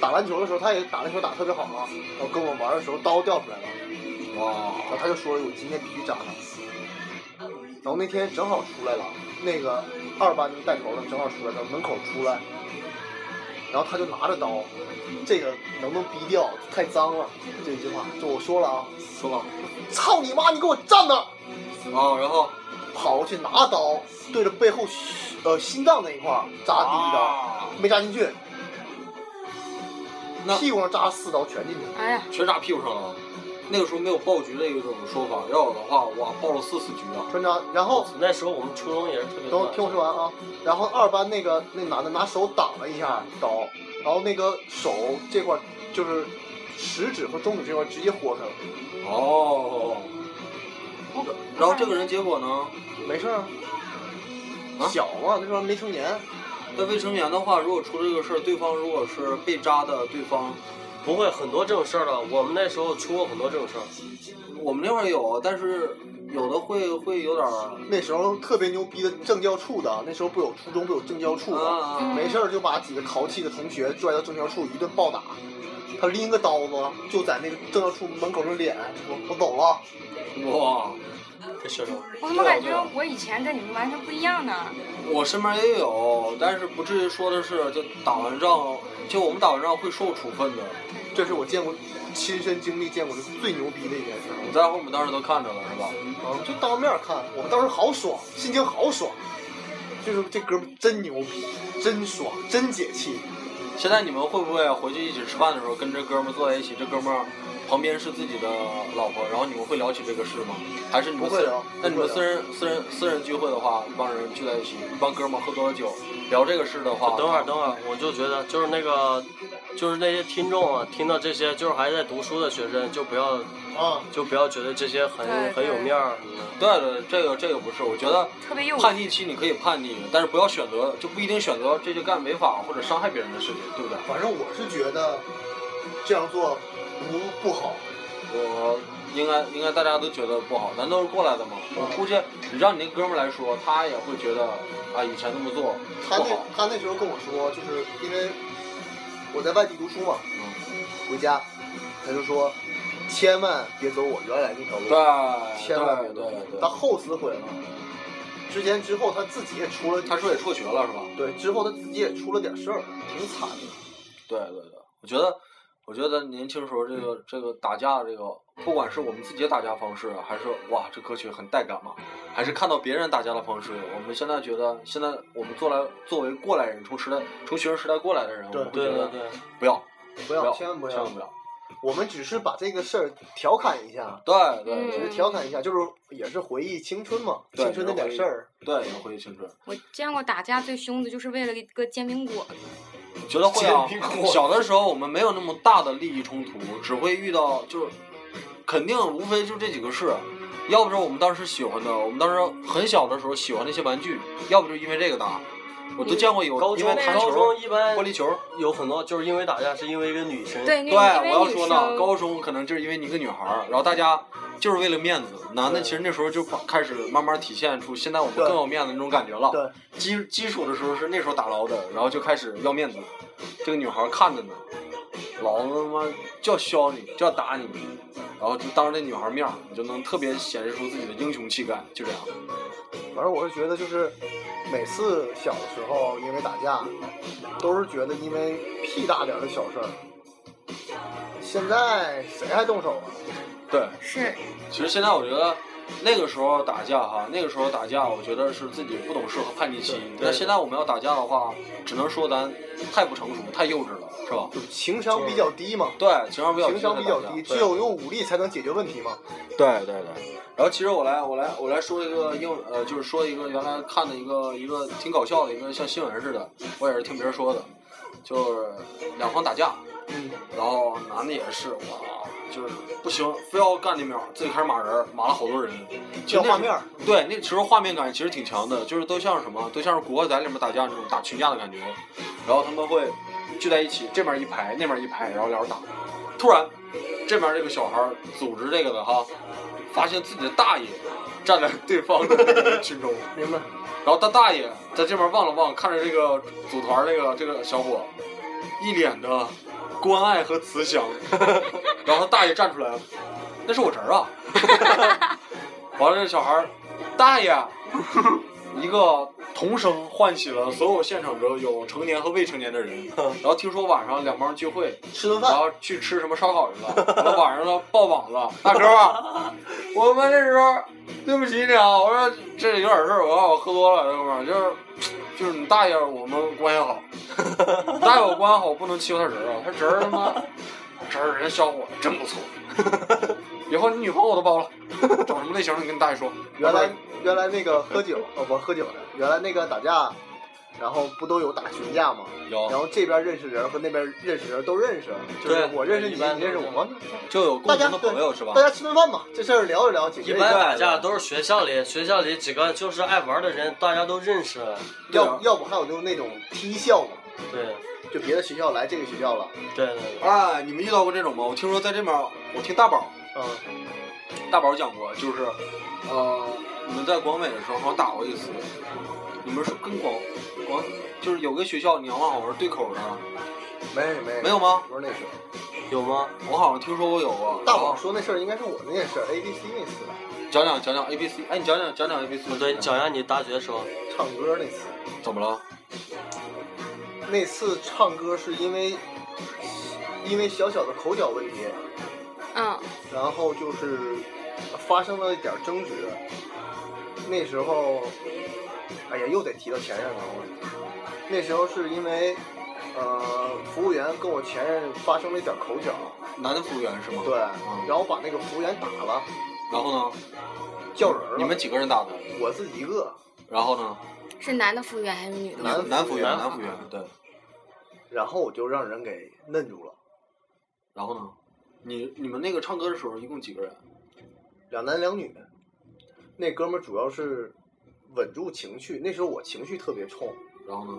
[SPEAKER 2] 打篮球的时候，他也打篮球打得特别好嘛，然后跟我玩的时候刀掉出来了，然后
[SPEAKER 4] 哇，
[SPEAKER 2] 他就说我今天必须扎他。然后那天正好出来了，那个二班带头的正好出来，从门口出来，然后他就拿着刀，这个能不能逼掉？太脏了，这句话就我说了啊，
[SPEAKER 4] 说吧，
[SPEAKER 2] 操你妈！你给我站那儿！
[SPEAKER 4] 啊，然后
[SPEAKER 2] 跑过去拿刀对着背后呃心脏那一块儿扎第一刀，
[SPEAKER 4] 啊
[SPEAKER 2] 没扎进去，
[SPEAKER 4] 那
[SPEAKER 2] 屁股上扎四刀全进去。
[SPEAKER 1] 哎呀，
[SPEAKER 4] 全扎屁股上了。那个时候没有爆菊的一种说法，要有的话，哇，爆了四次菊啊！
[SPEAKER 2] 全扎，然后
[SPEAKER 3] 那时候我们初中也是特别
[SPEAKER 2] 等我
[SPEAKER 3] 乱。
[SPEAKER 2] 听我说完啊，然后二班那个那男的拿手挡了一下刀，然后那个手这块儿就是食指和中指这块儿直接豁开了，
[SPEAKER 4] 哦，然后这个人结果呢？
[SPEAKER 2] 没事儿啊
[SPEAKER 4] 啊
[SPEAKER 2] 小嘛那时候没成年，
[SPEAKER 4] 在未成年的话，如果出这个事儿，对方如果是被扎的，对方
[SPEAKER 3] 不会很多这种事儿的，我们那时候出过很多这种事儿。
[SPEAKER 4] 我们那会儿有，但是有的会会有点儿
[SPEAKER 2] 那时候特别牛逼的政教处的，那时候不有初中不有政教处吗？
[SPEAKER 4] 啊，
[SPEAKER 2] 没事儿就把几个淘气的同学拽到政教处一顿暴打，他拎个刀子就在那个政教处门口那脸，说我走了，
[SPEAKER 4] 哇，
[SPEAKER 3] 这学生，
[SPEAKER 1] 我怎么感觉我以前跟你们完全不一样呢？
[SPEAKER 4] 我身边也有，但是不至于说的是就打完仗，就我们打完仗会受处分的。
[SPEAKER 2] 这是我见过亲身经历见过的最牛逼的一件事儿。
[SPEAKER 4] 你在后面当时都看着了是吧？
[SPEAKER 2] 啊，就当面看，我们当时好爽，心情好爽，就是这哥们真牛逼，真爽，真解气。
[SPEAKER 4] 现在你们会不会回去一起吃饭的时候跟这哥们儿坐在一起，这哥们儿旁边是自己的老婆，然后你们会聊起这个事吗？还是你们
[SPEAKER 2] 不
[SPEAKER 4] 私
[SPEAKER 2] 会
[SPEAKER 4] 人
[SPEAKER 2] 聊？
[SPEAKER 4] 那你们
[SPEAKER 2] 不
[SPEAKER 4] 私
[SPEAKER 2] 会
[SPEAKER 4] 人私人私人聚会的话，一帮人聚在一起，一帮哥们儿喝多了酒聊这个事的话，
[SPEAKER 3] 等会儿等会儿，我就觉得就是那个，就是那些听众啊，听到这些就是还在读书的学生，就不要
[SPEAKER 2] 啊，
[SPEAKER 3] 就不要觉得这些很
[SPEAKER 1] 对
[SPEAKER 3] 很有面儿什么的。
[SPEAKER 4] 对对，这个这个不是，我觉得
[SPEAKER 1] 特别幼稚
[SPEAKER 4] 叛逆期你可以叛逆，但是不要选择，就不一定选择这就干违法或者伤害别人的事情，对不对？
[SPEAKER 2] 反正我是觉得这样做不不好。
[SPEAKER 4] 我应该应该大家都觉得不好，咱都是过来的嘛。我估计你让你那哥们儿来说，他也会觉得啊，以前那么做
[SPEAKER 2] 他
[SPEAKER 4] 不
[SPEAKER 2] 那
[SPEAKER 4] 好。
[SPEAKER 2] 他那时候跟我说，就是因为我在外地读书嘛，
[SPEAKER 4] 嗯，
[SPEAKER 2] 回家他就说，千万别走我原来那条路。
[SPEAKER 4] 对，
[SPEAKER 2] 千万
[SPEAKER 4] 对对对
[SPEAKER 2] 他后死悔了。之前之后他自己也出了，
[SPEAKER 4] 他说也辍学了是吧？
[SPEAKER 2] 对，之后他自己也出了点事儿，挺惨的。
[SPEAKER 4] 对对对，我觉得，我觉得年轻时候这个、这个打架这个，不管是我们自己的打架方式，还是哇这歌曲很带感嘛，还是看到别人打架的方式，我们现在觉得，现在我们作来作为过来人，从时代从学生时代过来的人，我
[SPEAKER 2] 对
[SPEAKER 4] 们会
[SPEAKER 3] 对
[SPEAKER 4] 觉
[SPEAKER 3] 对
[SPEAKER 4] 得
[SPEAKER 3] 对，
[SPEAKER 4] 不要
[SPEAKER 2] 不
[SPEAKER 4] 不
[SPEAKER 2] 要，
[SPEAKER 4] 要，
[SPEAKER 2] 千万不
[SPEAKER 4] 千
[SPEAKER 2] 要
[SPEAKER 4] 万。不要，
[SPEAKER 2] 我们只是把这个事儿调侃一下，
[SPEAKER 4] 对对
[SPEAKER 1] 嗯
[SPEAKER 2] 只
[SPEAKER 4] 对
[SPEAKER 2] 是调侃一下，就是也是回忆青春嘛，
[SPEAKER 4] 对
[SPEAKER 2] 青春那点事儿。
[SPEAKER 4] 对，也回忆青春，
[SPEAKER 1] 我见过打架最凶的就是为了一个煎饼果子，
[SPEAKER 4] 我觉得会啊
[SPEAKER 2] 煎饼果。子
[SPEAKER 4] 小的时候我们没有那么大的利益冲突，只会遇到就是，肯定无非就这几个事，要不是我们当时喜欢的，我们当时很小的时候喜欢那些玩具，要不就因为这个打，我都见过有
[SPEAKER 3] 高
[SPEAKER 4] 因
[SPEAKER 3] 中
[SPEAKER 4] 为弹
[SPEAKER 3] 高
[SPEAKER 4] 球
[SPEAKER 3] 中、一般
[SPEAKER 4] 玻璃球。
[SPEAKER 3] 有很多就是因为打架是因为一个女生。
[SPEAKER 1] 对，那
[SPEAKER 4] 哎对，
[SPEAKER 1] 因
[SPEAKER 4] 我
[SPEAKER 1] 为
[SPEAKER 4] 要
[SPEAKER 1] 女
[SPEAKER 4] 说
[SPEAKER 1] 生
[SPEAKER 4] 呢，高中可能就是因为你一个女孩儿，然后大家就是为了面子，男的其实那时候就开始慢慢体现出现在我们
[SPEAKER 2] 对
[SPEAKER 4] 更有面子那种感觉了。
[SPEAKER 2] 对，
[SPEAKER 4] 基基础的时候是那时候打捞的，然后就开始要面子。这个女孩看着呢，老子他妈就要削你，就要打你，然后就当着那女孩面儿，你就能特别显示出自己的英雄气概，就这样。
[SPEAKER 2] 反正我是觉得，就是每次小的时候因为打架，都是觉得因为屁大点儿的小事儿。现在谁还动手啊？
[SPEAKER 4] 对，
[SPEAKER 1] 是
[SPEAKER 4] 其实现在我觉得那个时候打架哈，那个时候打架，我觉得是自己不懂事和叛逆期。
[SPEAKER 3] 对
[SPEAKER 4] 那现在我们要打架的话，只能说咱太不成熟、太幼稚了，是吧？
[SPEAKER 2] 就是情商比较低嘛，
[SPEAKER 4] 对，情商比较低
[SPEAKER 2] 情商比较低，
[SPEAKER 4] 对
[SPEAKER 2] 只有用武力才能解决问题嘛。
[SPEAKER 4] 对对对。然后其实我来我来我来说一个英文呃，就是说一个原来看的一个一个挺搞笑的一个像新闻似的，我也是听别人说的，就是两方打架，
[SPEAKER 2] 嗯，
[SPEAKER 4] 然后男的也是哇，就是不行，非要干那面儿，自己开始骂人儿，骂了好多人，
[SPEAKER 2] 要画面儿。
[SPEAKER 4] 对，那时候画面感其实挺强的，就是都像什么，都像是古惑仔里面打架那种打群架的感觉。然后他们会聚在一起，这边一排，那边一排，然后聊着打。突然，这边这个小孩儿组织这个的哈，发现自己的大爷站在对方的 那个群中，
[SPEAKER 2] 明白？
[SPEAKER 4] 然后他大爷在这边望了望，看着这个组团这个这个小伙，一脸的关爱和慈祥。然后他大爷站出来了，那是我侄儿啊。啊完了，这小孩儿，大爷，一个童声唤起了所有现场中有成年和未成年的人。然后听说晚上两帮聚会，
[SPEAKER 2] 吃顿
[SPEAKER 4] 然
[SPEAKER 2] 饭，
[SPEAKER 4] 后去吃什么烧烤去 了，然后晚上呢爆网了。大哥啊，我们那时候对不起你啊，我说这有点事儿，我怕我喝多了，哥们儿就是就是你大爷，我们关系好，你大爷我关系好，不能欺负他侄儿啊，他侄儿他妈侄儿人家小伙真不错，以后你女朋友我都包了，找什么类型的你跟大爷说。
[SPEAKER 2] 原来原来那个喝酒，哦不喝酒的，原来那个打架，然后不都有打群架吗？然
[SPEAKER 4] 有
[SPEAKER 2] 后这边认识人和那边认识人都认识，就是
[SPEAKER 3] 对
[SPEAKER 2] 我认识你，
[SPEAKER 3] 一般
[SPEAKER 2] 你认识我，
[SPEAKER 4] 就有
[SPEAKER 2] 共同的朋
[SPEAKER 4] 友是吧
[SPEAKER 2] 大家吃顿饭吧，这事儿聊一聊，解决
[SPEAKER 3] 一般打架都是学校里，学校里几个就是爱玩的人，大家都认识。
[SPEAKER 2] 要要不还有就是那种踢校嘛，
[SPEAKER 3] 对，
[SPEAKER 2] 就别的学校来这个学校了，
[SPEAKER 3] 对对对。
[SPEAKER 4] 哎，你们遇到过这种吗？我听说在这边，我听大宝
[SPEAKER 2] 嗯，
[SPEAKER 4] 大宝讲过，就是，呃，你们在广美的时候好像打过一次，你们是跟广广就是有个学校，你好像好像是对口的，
[SPEAKER 2] 没没
[SPEAKER 4] 没有吗？
[SPEAKER 2] 不是那事儿。
[SPEAKER 3] 有吗？
[SPEAKER 4] 我好像听说过有啊。
[SPEAKER 2] 大宝说那事儿应该是我那件事儿，A B C 那次，
[SPEAKER 4] 讲讲讲讲 A B C，哎，你讲讲讲讲 A B C。
[SPEAKER 3] 不对，你讲一下你大学的时候。
[SPEAKER 2] 唱歌那次。
[SPEAKER 4] 怎么了？
[SPEAKER 2] 那次唱歌是因为因为小小的口角问题，
[SPEAKER 1] 嗯，
[SPEAKER 2] 然后就是发生了一点争执。那时候，哎呀，又得提到前任了。我那时候是因为，呃，服务员跟我前任发生了一点口角，
[SPEAKER 4] 男的服务员是吗？
[SPEAKER 2] 对，
[SPEAKER 4] 嗯
[SPEAKER 2] 然后把那个服务员打了，
[SPEAKER 4] 然后呢？
[SPEAKER 2] 叫人了
[SPEAKER 4] 你们几个人打的？
[SPEAKER 2] 我自己一个，
[SPEAKER 4] 然后呢？
[SPEAKER 1] 是男的服务员还是女的？
[SPEAKER 2] 男
[SPEAKER 4] 男服务员，
[SPEAKER 2] 男
[SPEAKER 4] 男服务员，对。
[SPEAKER 2] 然后我就让人给摁住了，
[SPEAKER 4] 然后呢？你你们那个唱歌的时候一共几个人？
[SPEAKER 2] 两男两女。那哥们儿主要是稳住情绪，那时候我情绪特别冲，
[SPEAKER 4] 然后呢？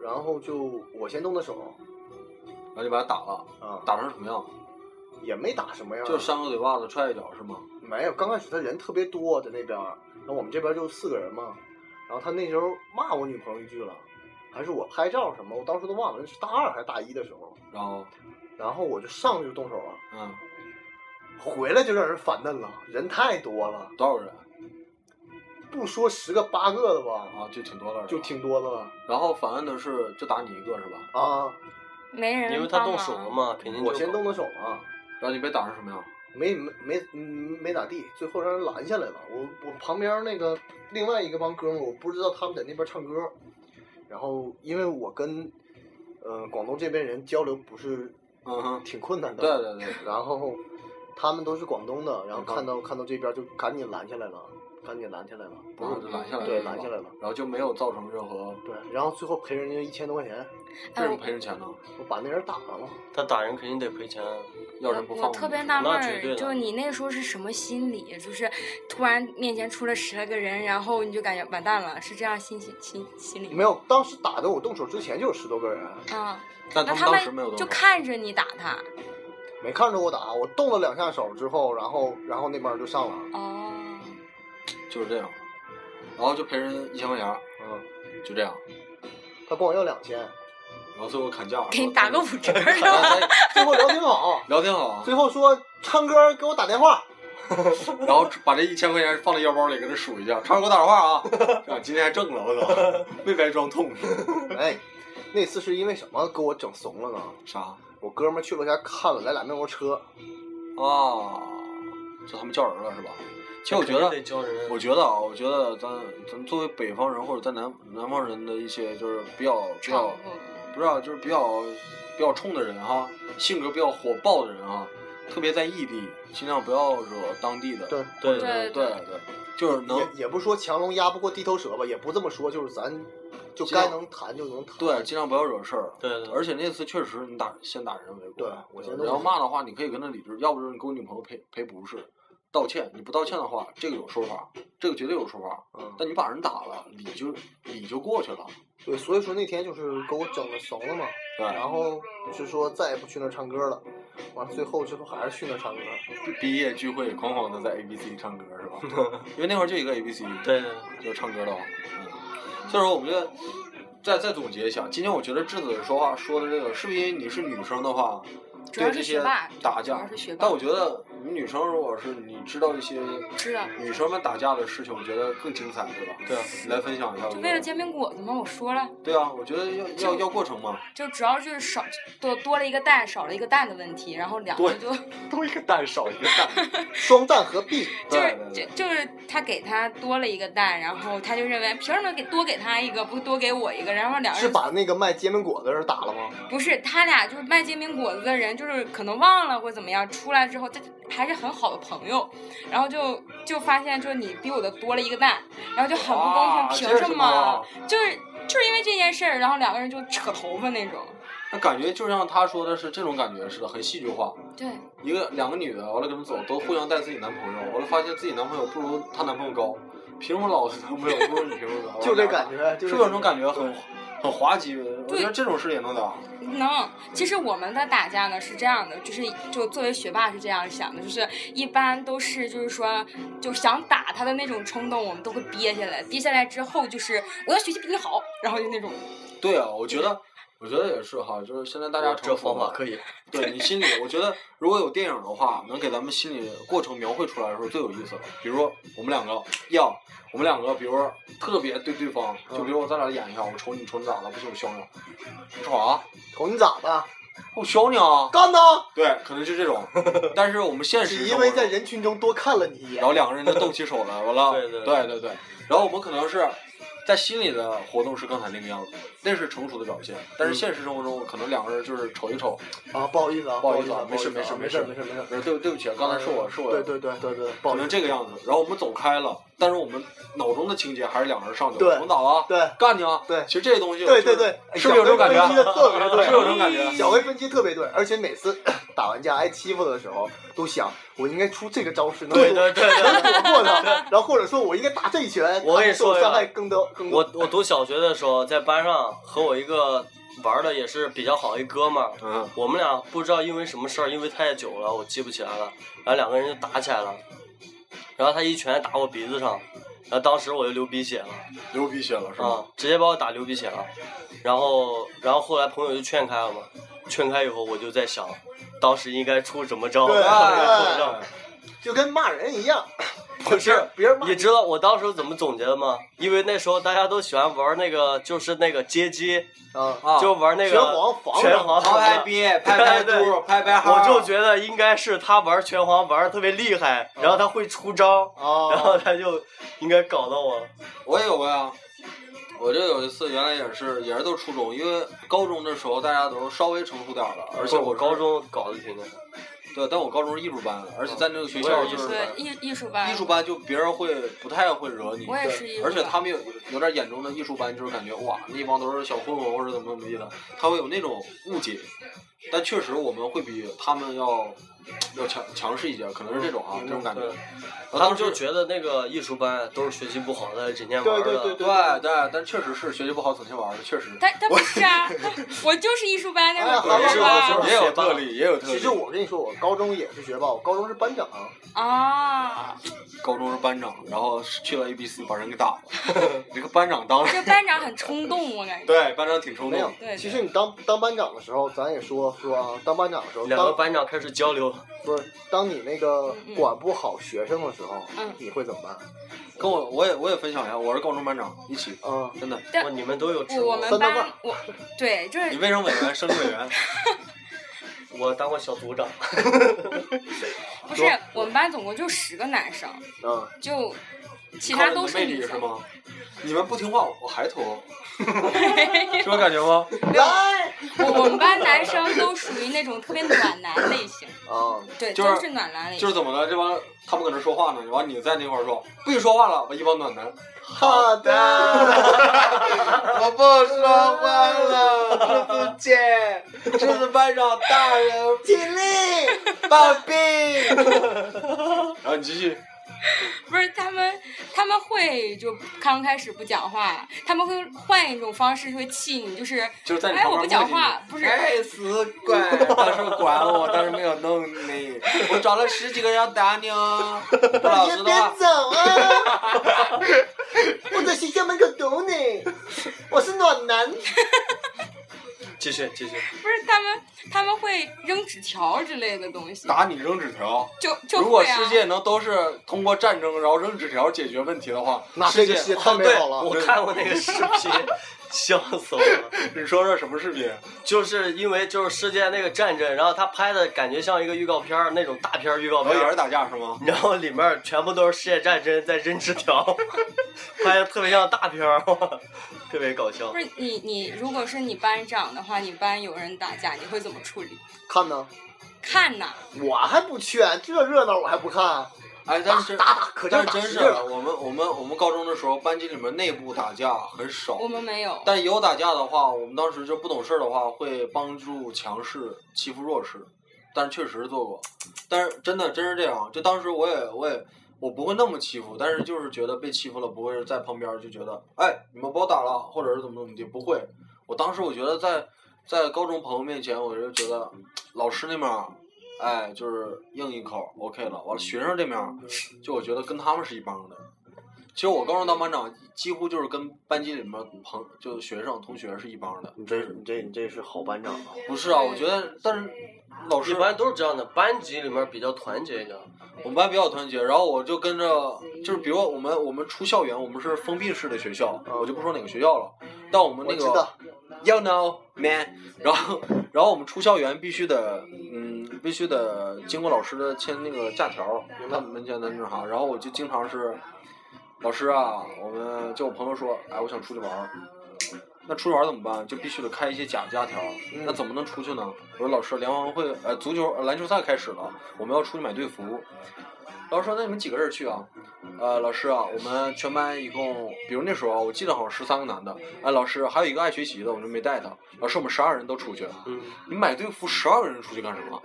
[SPEAKER 2] 然后就我先动的手，
[SPEAKER 4] 然后就把他打了，
[SPEAKER 2] 啊，
[SPEAKER 4] 打成什么样？
[SPEAKER 2] 也没打什么样，
[SPEAKER 4] 就是扇个嘴巴子，踹一脚是吗？
[SPEAKER 2] 没有。刚开始他人特别多在那边儿，然后我们这边就四个人嘛，然后他那时候骂我女朋友一句了，还是我拍照什么，我当时都忘了，那是大二还是大一的时候，
[SPEAKER 4] 然后，
[SPEAKER 2] 然后我就上去就动手了，
[SPEAKER 4] 嗯，
[SPEAKER 2] 回来就让人反瞪了，人太多了，
[SPEAKER 4] 多少人？
[SPEAKER 2] 不说十个八个的吧，
[SPEAKER 4] 啊，就挺多了，
[SPEAKER 2] 就。挺多的了
[SPEAKER 4] 然后反问的是，就打你一个是吧？
[SPEAKER 2] 啊，
[SPEAKER 1] 没人
[SPEAKER 3] 因为他
[SPEAKER 1] 帮
[SPEAKER 3] 动
[SPEAKER 1] 忙
[SPEAKER 3] 手了嘛，肯定就
[SPEAKER 2] 我先动的手啊。
[SPEAKER 4] 然后你被打成什么样？
[SPEAKER 2] 没没没嗯没咋地，最后让人拦下来了。我我旁边那个另外一个帮哥们儿，我不知道他们在那边唱歌，然后因为我跟呃广东这边人交流不是
[SPEAKER 4] 嗯哼，
[SPEAKER 2] 挺困难的，
[SPEAKER 4] 对对对，
[SPEAKER 2] 然后他们都是广东的，然后
[SPEAKER 4] 广东
[SPEAKER 2] 看到看到这边就赶紧拦下来了，赶紧拦下来了，
[SPEAKER 4] 然后就拦下来了，
[SPEAKER 2] 对
[SPEAKER 4] 是吧
[SPEAKER 2] 拦下来了，
[SPEAKER 4] 然后就没有造成任何
[SPEAKER 2] 对，然后最后赔人家一千多块钱，
[SPEAKER 4] 为
[SPEAKER 1] 哎
[SPEAKER 4] 什么
[SPEAKER 1] 我
[SPEAKER 4] 赔人钱呢？
[SPEAKER 2] 我把那人打了嘛，
[SPEAKER 3] 他打人肯定得赔钱。
[SPEAKER 4] 要人不
[SPEAKER 1] 我
[SPEAKER 4] 放
[SPEAKER 1] 特别纳
[SPEAKER 3] 那
[SPEAKER 1] 闷
[SPEAKER 3] 绝对
[SPEAKER 1] 儿，
[SPEAKER 3] 的
[SPEAKER 1] 就是你那时候是什么心理？就是突然面前出了十来个人，然后你就感觉完蛋了，是这样心心心心理吗？
[SPEAKER 2] 没有，当时打的我动手之前就有十多个人，
[SPEAKER 1] 啊，
[SPEAKER 4] 但
[SPEAKER 1] 那
[SPEAKER 4] 他
[SPEAKER 1] 他
[SPEAKER 4] 当时没有
[SPEAKER 1] 们
[SPEAKER 4] 动
[SPEAKER 1] 就
[SPEAKER 4] 手。
[SPEAKER 1] 看着你打他。
[SPEAKER 2] 没看着我打，我动了两下手之后，然后然后那边就上
[SPEAKER 4] 嗯
[SPEAKER 2] 了，
[SPEAKER 1] 哦，
[SPEAKER 4] 就是这样，然后就赔人一千块钱，
[SPEAKER 2] 嗯，
[SPEAKER 4] 就这样。
[SPEAKER 2] 他管我要两千。
[SPEAKER 4] 然后最后砍价，
[SPEAKER 1] 给你打个五折 儿
[SPEAKER 4] 然后
[SPEAKER 1] 吧？
[SPEAKER 4] 咱
[SPEAKER 2] 最后聊挺好，
[SPEAKER 4] 聊挺好啊，
[SPEAKER 2] 最后说唱歌给我打电话，
[SPEAKER 4] 然后把这一千块钱放在腰包里，搁那数一下，常给我打电话啊！啊，今天还挣了，我操，没白装痛。
[SPEAKER 2] 哎，那次是因为什么给我整怂了呢？
[SPEAKER 4] 啥？
[SPEAKER 2] 我哥们儿去楼下看了来俩面包车，
[SPEAKER 4] 啊，这他们叫人了是吧？其实我觉
[SPEAKER 3] 肯定
[SPEAKER 4] 得，
[SPEAKER 3] 得教人。
[SPEAKER 4] 我觉得啊，我觉得咱咱作为北方人或者咱南南方人的一些就是比较比 较
[SPEAKER 1] 超过
[SPEAKER 4] 不知道就是比较比较冲的人哈，性格比较火爆的人哈，特别在异地，尽量不要惹当地的。嗯
[SPEAKER 2] 对，
[SPEAKER 3] 对
[SPEAKER 4] 对
[SPEAKER 1] 对
[SPEAKER 4] 对，就是能
[SPEAKER 2] 也也不是说强龙压不过地头蛇吧，也不这么说，就是咱就该能谈就能谈。
[SPEAKER 4] 对，尽量不要惹事儿。
[SPEAKER 3] 对对，
[SPEAKER 4] 而且那次确实你打先打人为过，
[SPEAKER 2] 对我觉得
[SPEAKER 4] 你要骂的话，你可以跟他理智，要不就是你给我女朋友赔赔不是，道歉。你不道歉的话，这个有说法，这个绝对有说法。
[SPEAKER 2] 嗯，
[SPEAKER 4] 但你把人打了，理就理就过去了。
[SPEAKER 2] 对，所以说那天就是给我整的怂了嘛，
[SPEAKER 4] 对，
[SPEAKER 2] 然后是说再也不去那儿唱歌了，完了最后最后还是去那儿唱歌，
[SPEAKER 4] 毕毕业聚会狂狂的在 A B C 唱歌 是吧？因为那会儿就一个 A B C。
[SPEAKER 3] 对对
[SPEAKER 4] 就唱歌的话，嗯，所以说我们觉得再再总结一下，今天我觉得智子说话说的这个，是不是因为你是女生的话，
[SPEAKER 1] 主
[SPEAKER 4] 对
[SPEAKER 1] 要
[SPEAKER 4] 这
[SPEAKER 1] 是
[SPEAKER 4] 些
[SPEAKER 1] 学霸
[SPEAKER 4] 打
[SPEAKER 1] 主
[SPEAKER 4] 架
[SPEAKER 1] 要是学，霸
[SPEAKER 4] 但我觉得你们女生如果是你知道一些
[SPEAKER 1] 知道。
[SPEAKER 4] 女生们打架的事情，我觉得更精彩，对吧？
[SPEAKER 3] 对啊
[SPEAKER 4] 你来分享一下。
[SPEAKER 1] 就为了煎饼果子嘛，我说了，
[SPEAKER 4] 对啊，我觉得要要要过程嘛。
[SPEAKER 1] 就主要就是少多多了一个蛋，少了一个蛋的问题，然后两个
[SPEAKER 3] 对
[SPEAKER 1] 就
[SPEAKER 3] 多一个蛋少一个蛋，
[SPEAKER 2] 双蛋合璧，
[SPEAKER 1] 就是
[SPEAKER 4] 对
[SPEAKER 1] 就就是他给他多了一个蛋，然后他就认为凭什么给多给他一个不多给我一个，然后两个
[SPEAKER 2] 是
[SPEAKER 1] 人
[SPEAKER 2] 把那个卖煎饼果子的人打了吗？
[SPEAKER 1] 不是他俩就是卖煎饼果子的人，就是可能忘了或怎么样，出来之后他还是很好的朋友，然后就就发现就是你比我的多了一个蛋，然后就很不公平，
[SPEAKER 4] 哇这
[SPEAKER 1] 凭
[SPEAKER 4] 是
[SPEAKER 1] 什
[SPEAKER 4] 什
[SPEAKER 1] 么
[SPEAKER 4] 么？
[SPEAKER 1] 就是就是因为这件事儿，然后两个人就扯头发那种，
[SPEAKER 4] 那感觉就像他说的是这种感觉似的，很戏剧化。
[SPEAKER 1] 对，
[SPEAKER 4] 一个两个女的，完了跟他们走，都互相带自己男朋友，完了发现自己男朋友不如她男朋友高，凭什么老子男朋友不如你凭什么高？
[SPEAKER 2] 就这感，觉，
[SPEAKER 4] 是
[SPEAKER 2] 就
[SPEAKER 4] 不是有种感觉很很滑稽？我觉得这种事也能打。
[SPEAKER 1] 能，嗯其实我们的打架呢是这样的，就是就作为学霸是这样想的，就是一般都是就是说就想打他的那种冲动，我们都会憋下来，憋下来之后就是我要学习比你好，然后就那种
[SPEAKER 4] 对啊，我觉得我觉得也是哈，就是现在大家
[SPEAKER 3] 这方法
[SPEAKER 4] 以。
[SPEAKER 3] 可以。
[SPEAKER 4] 对你心里，我觉得如果有电影的话，能给咱们心里过程描绘出来的时候最有意思了。比如说我们两个要，我们两个比如说特别对对方，就比如我咱俩演一下，我瞅你瞅你咋了？不行我削你，你瞅啥？
[SPEAKER 2] 瞅你咋的？
[SPEAKER 4] 我削你啊！
[SPEAKER 2] 干他！
[SPEAKER 4] 对，可能就这种。但是我们现
[SPEAKER 2] 只
[SPEAKER 4] 实生
[SPEAKER 2] 因
[SPEAKER 4] 活
[SPEAKER 2] 为
[SPEAKER 4] 中
[SPEAKER 2] 在人群中多看了你一眼
[SPEAKER 4] 然。后两个人就动起手来，完了，
[SPEAKER 3] 对对
[SPEAKER 4] 对对对然后我们可能是在心里的活动是刚才那个样子，那是成熟的表现。但是现实生活中，可能两个人就是瞅一瞅，
[SPEAKER 2] 啊，不好意思啊，
[SPEAKER 4] 不好意思啊
[SPEAKER 2] 啊，
[SPEAKER 4] 没事
[SPEAKER 2] 不好意思啊
[SPEAKER 4] 没
[SPEAKER 2] 没
[SPEAKER 4] 事
[SPEAKER 2] 没事没事。
[SPEAKER 4] 呃对对不起啊，刚才是我是我，
[SPEAKER 2] 对对对对对，不
[SPEAKER 4] 可
[SPEAKER 2] 好意
[SPEAKER 4] 能
[SPEAKER 2] 思。
[SPEAKER 4] 这个样子。然后我们走开了，但是我们脑中的情节还是两个人上去
[SPEAKER 2] 对
[SPEAKER 4] 了，我们咋了？
[SPEAKER 2] 对
[SPEAKER 4] 干你啊！
[SPEAKER 2] 对
[SPEAKER 4] 其实这些东西，
[SPEAKER 2] 对对对，
[SPEAKER 4] 是不是有这种感觉啊
[SPEAKER 2] 小薇分析的特别对，
[SPEAKER 4] 是不是有这种感觉？啊
[SPEAKER 2] 小薇分析特别对，而且每次打完架挨欺负的时候，都想我应该出这个招式能
[SPEAKER 3] 对
[SPEAKER 2] 躲
[SPEAKER 3] 对对对，
[SPEAKER 2] 能躲过他，然后或者说我应该打这一拳，
[SPEAKER 3] 我跟你说
[SPEAKER 2] 他对
[SPEAKER 3] 呀
[SPEAKER 2] 伤害更多更多。
[SPEAKER 3] 我我读小学的时候，在班上和我一个玩的也是比较好一哥们儿，
[SPEAKER 4] 嗯，
[SPEAKER 3] 我们俩不知道因为什么事儿，因为太久了，我记不起来了，然后两个人就打起来了，然后他一拳打我鼻子上，然后当时我就流鼻血了，
[SPEAKER 4] 流鼻血了是
[SPEAKER 3] 啊
[SPEAKER 4] 吧？、
[SPEAKER 3] 直接把我打流鼻血了，然后然后后来朋友就劝开了嘛，劝开以后我就在想，当时应该出什么招，
[SPEAKER 2] 对
[SPEAKER 3] 当时应该出什么招。
[SPEAKER 2] 就跟骂人一样，
[SPEAKER 3] 不是
[SPEAKER 2] 别人骂
[SPEAKER 3] 你知道我当时怎么总结的吗？因为那时候大家都喜欢玩那个，就是那个街机，
[SPEAKER 2] 啊，
[SPEAKER 4] 啊，
[SPEAKER 3] 就玩那个
[SPEAKER 2] 拳皇防
[SPEAKER 3] 拳
[SPEAKER 2] 着
[SPEAKER 3] 皇
[SPEAKER 4] 拍拍
[SPEAKER 3] 对
[SPEAKER 4] 逼，拍拍
[SPEAKER 3] 对
[SPEAKER 4] 猪，拍拍 哈。
[SPEAKER 3] 我就觉得应该是他玩拳皇玩的特别厉害，然后他会出招，然后
[SPEAKER 2] 啊，
[SPEAKER 3] 他就应该搞到我。
[SPEAKER 4] 我也有过呀，我这有一次原来也是也是都初中，因为高中的时候大家都稍微成熟点儿了，而且
[SPEAKER 3] 我
[SPEAKER 4] 是
[SPEAKER 3] 高中搞得挺那个，
[SPEAKER 4] 对，但我高中是艺术班，而且在那个学
[SPEAKER 3] 我
[SPEAKER 4] 校
[SPEAKER 3] 也是
[SPEAKER 4] 就是
[SPEAKER 1] 对艺艺术班，
[SPEAKER 4] 艺术班就别人会不太会惹你
[SPEAKER 1] 我，也是艺术班，
[SPEAKER 4] 而且他们有有点眼中的艺术班就是感觉哇那帮都是小混混或者怎么怎么地的，他会有那种误解，但确实我们会比他们要要强强势一些，可能是这种啊这种感觉
[SPEAKER 3] 嗯对，
[SPEAKER 4] 我
[SPEAKER 3] 他
[SPEAKER 4] 当
[SPEAKER 3] 们
[SPEAKER 4] 时
[SPEAKER 3] 就觉得那个艺术班都是学习不好的，整天
[SPEAKER 2] 对
[SPEAKER 3] 玩的。
[SPEAKER 2] 对对
[SPEAKER 4] 对对，但确实是学习不好，整天玩儿的，确实。
[SPEAKER 1] 但但不是啊，我就是艺术班，但
[SPEAKER 2] 哎
[SPEAKER 1] 是
[SPEAKER 2] 好
[SPEAKER 1] 不
[SPEAKER 2] 好
[SPEAKER 1] 是
[SPEAKER 2] 好
[SPEAKER 1] 吧
[SPEAKER 2] 好
[SPEAKER 4] 也有特例，也有特例。
[SPEAKER 2] 其实我跟你说，我高中也是学霸，我高中是班长，
[SPEAKER 1] 啊，
[SPEAKER 4] 高中是班长，然后去了 A B C，把人给打了。 那个班长当时
[SPEAKER 1] 这班长很冲动，我感觉。
[SPEAKER 4] 对班长挺冲
[SPEAKER 2] 没有
[SPEAKER 4] 动，。
[SPEAKER 1] 对对
[SPEAKER 2] 其实你当当班长的时候，咱也说说啊，当班长的时候，
[SPEAKER 3] 两个
[SPEAKER 2] 当
[SPEAKER 3] 班长开始交流，
[SPEAKER 2] 不是当你那个管不好学生的时候
[SPEAKER 1] 嗯，
[SPEAKER 2] 你会怎么办？
[SPEAKER 4] 跟我我也我也分享一下，我是高中班长，一起
[SPEAKER 2] 嗯，
[SPEAKER 4] 真的。
[SPEAKER 1] 但
[SPEAKER 3] 哇，你们都有职
[SPEAKER 1] 我我
[SPEAKER 3] 务，
[SPEAKER 1] 们
[SPEAKER 2] 三大
[SPEAKER 1] 班
[SPEAKER 2] 腕儿
[SPEAKER 1] 我对就
[SPEAKER 4] 你
[SPEAKER 1] 是
[SPEAKER 4] 卫生委员、生理委员，
[SPEAKER 3] 我当过小组长。
[SPEAKER 1] 不是我们班总共就十个男生，
[SPEAKER 2] 嗯，
[SPEAKER 1] 就其
[SPEAKER 4] 靠
[SPEAKER 1] 他
[SPEAKER 4] 着
[SPEAKER 1] 都
[SPEAKER 4] 你的
[SPEAKER 1] 是
[SPEAKER 4] 魅力
[SPEAKER 1] 女
[SPEAKER 4] 是
[SPEAKER 1] 生。
[SPEAKER 4] 吗？你们不听话，我还投，这种感 觉吗？
[SPEAKER 2] 来
[SPEAKER 1] 我我们班男生都属于那种特别暖男类型，
[SPEAKER 2] 啊，
[SPEAKER 1] 对，
[SPEAKER 4] 就是
[SPEAKER 1] 都是暖男类
[SPEAKER 4] 就
[SPEAKER 1] 型
[SPEAKER 4] 是。怎么的，这帮他们搁那说话呢，完你在那块儿说不许说话了，完一帮暖男，
[SPEAKER 2] 好的，
[SPEAKER 4] 我不说话了，对不起，这是班长大人
[SPEAKER 2] 尽力。
[SPEAKER 4] 暴毙。 然后你继续，
[SPEAKER 1] 不是他们，他们会就刚开始不讲话，他们会换一种方式会气你，就是
[SPEAKER 4] 就是在你
[SPEAKER 1] 哎
[SPEAKER 4] 旁边
[SPEAKER 1] 我不讲话，不是
[SPEAKER 4] 该哎死鬼，当时管我，当时没有弄你，我找了十几个人要打你哦。不老实
[SPEAKER 2] 你
[SPEAKER 4] 的
[SPEAKER 2] 别
[SPEAKER 4] 话，
[SPEAKER 2] 走啊！我在学校门口等你，我是暖男。
[SPEAKER 3] 继续继续，
[SPEAKER 1] 不是他们他们会扔纸条之类的东西，
[SPEAKER 4] 打你扔纸条。
[SPEAKER 1] 就就
[SPEAKER 4] 如果
[SPEAKER 1] 会啊
[SPEAKER 4] 世界能都是通过战争，然后扔纸条解决问题的话，
[SPEAKER 2] 那这
[SPEAKER 4] 世界
[SPEAKER 2] 个世界太
[SPEAKER 3] 哦，
[SPEAKER 2] 美
[SPEAKER 3] 对，
[SPEAKER 2] 好了。
[SPEAKER 3] 我看过那个视频， 笑死我了。
[SPEAKER 4] 你说说什么视频？
[SPEAKER 3] 就是因为就是世界那个战争，然后他拍的感觉像一个预告片儿那种大片儿预告片
[SPEAKER 4] 然后也
[SPEAKER 3] 儿
[SPEAKER 4] 是，打架是吗？
[SPEAKER 3] 然后里面儿全部都是世界战争在扔纸条， 拍的特别像大片儿， 特别搞笑
[SPEAKER 1] 不。是你你如果是你班长的话，你班有人打架，你会怎么处理？
[SPEAKER 2] 看呢，
[SPEAKER 1] 看呐，
[SPEAKER 2] 我还不劝，这热闹我还不看，
[SPEAKER 4] 哎，但
[SPEAKER 2] 打
[SPEAKER 4] 是
[SPEAKER 2] 打打，可劲
[SPEAKER 4] 但
[SPEAKER 2] 儿
[SPEAKER 4] 是
[SPEAKER 2] 打，
[SPEAKER 4] 真
[SPEAKER 2] 使
[SPEAKER 4] 是
[SPEAKER 2] 劲儿打
[SPEAKER 4] 我们我们我们高中的时候，班级里面内部打架很少，
[SPEAKER 1] 我们没有。
[SPEAKER 4] 但有打架的话，我们当时就不懂事儿的话，会帮助强势欺负弱势，但是确实做过，但是真的真是这样，就当时我也我也我不会那么欺负，但是就是觉得被欺负了，不会在旁边儿就觉得，哎，你们把我打了，或者是怎么怎么地，不会，我当时我觉得在在高中朋友面前，我就觉得嗯老师那面儿。哎，就是硬一口，OK 了。完了，学生这面儿，就我觉得跟他们是一帮的。其实我高中当班长，几乎就是跟班级里面朋，就是学生同学是一帮的。
[SPEAKER 3] 你这你这你这是好班长啊！
[SPEAKER 4] 不是啊，我觉得，但是老
[SPEAKER 3] 一
[SPEAKER 4] 师，
[SPEAKER 3] 般都是这样的，班级里面比较团结一点。
[SPEAKER 4] 我们班比较团结，然后我就跟着，就是比如我们我们出校园，我们是封闭式的学校，我就不说哪个学校了。但我们
[SPEAKER 2] 我
[SPEAKER 4] 那
[SPEAKER 2] 知
[SPEAKER 4] 个
[SPEAKER 2] 道，
[SPEAKER 4] You know, man。然 后，然后我们出校园必须得，嗯，必须得经过老师的签那个假条，他门前的那啥。然后我就经常是，老师啊，我们就我朋友说，哎，我想出去玩儿。那出去玩儿怎么办？就必须得开一些假假条。那怎么能出去呢？我说老师，联欢会，呃，足球、呃篮球赛开始了，我们要出去买队服。老师说，那你们几个人去啊？呃，老师啊，我们全班一共，比如那时候啊我记得好像十三个男的，哎，老师还有一个爱学习的，我就没带他。老师，我们十二人都出去了。
[SPEAKER 3] 嗯，
[SPEAKER 4] 你买队服十二个人出去干什么？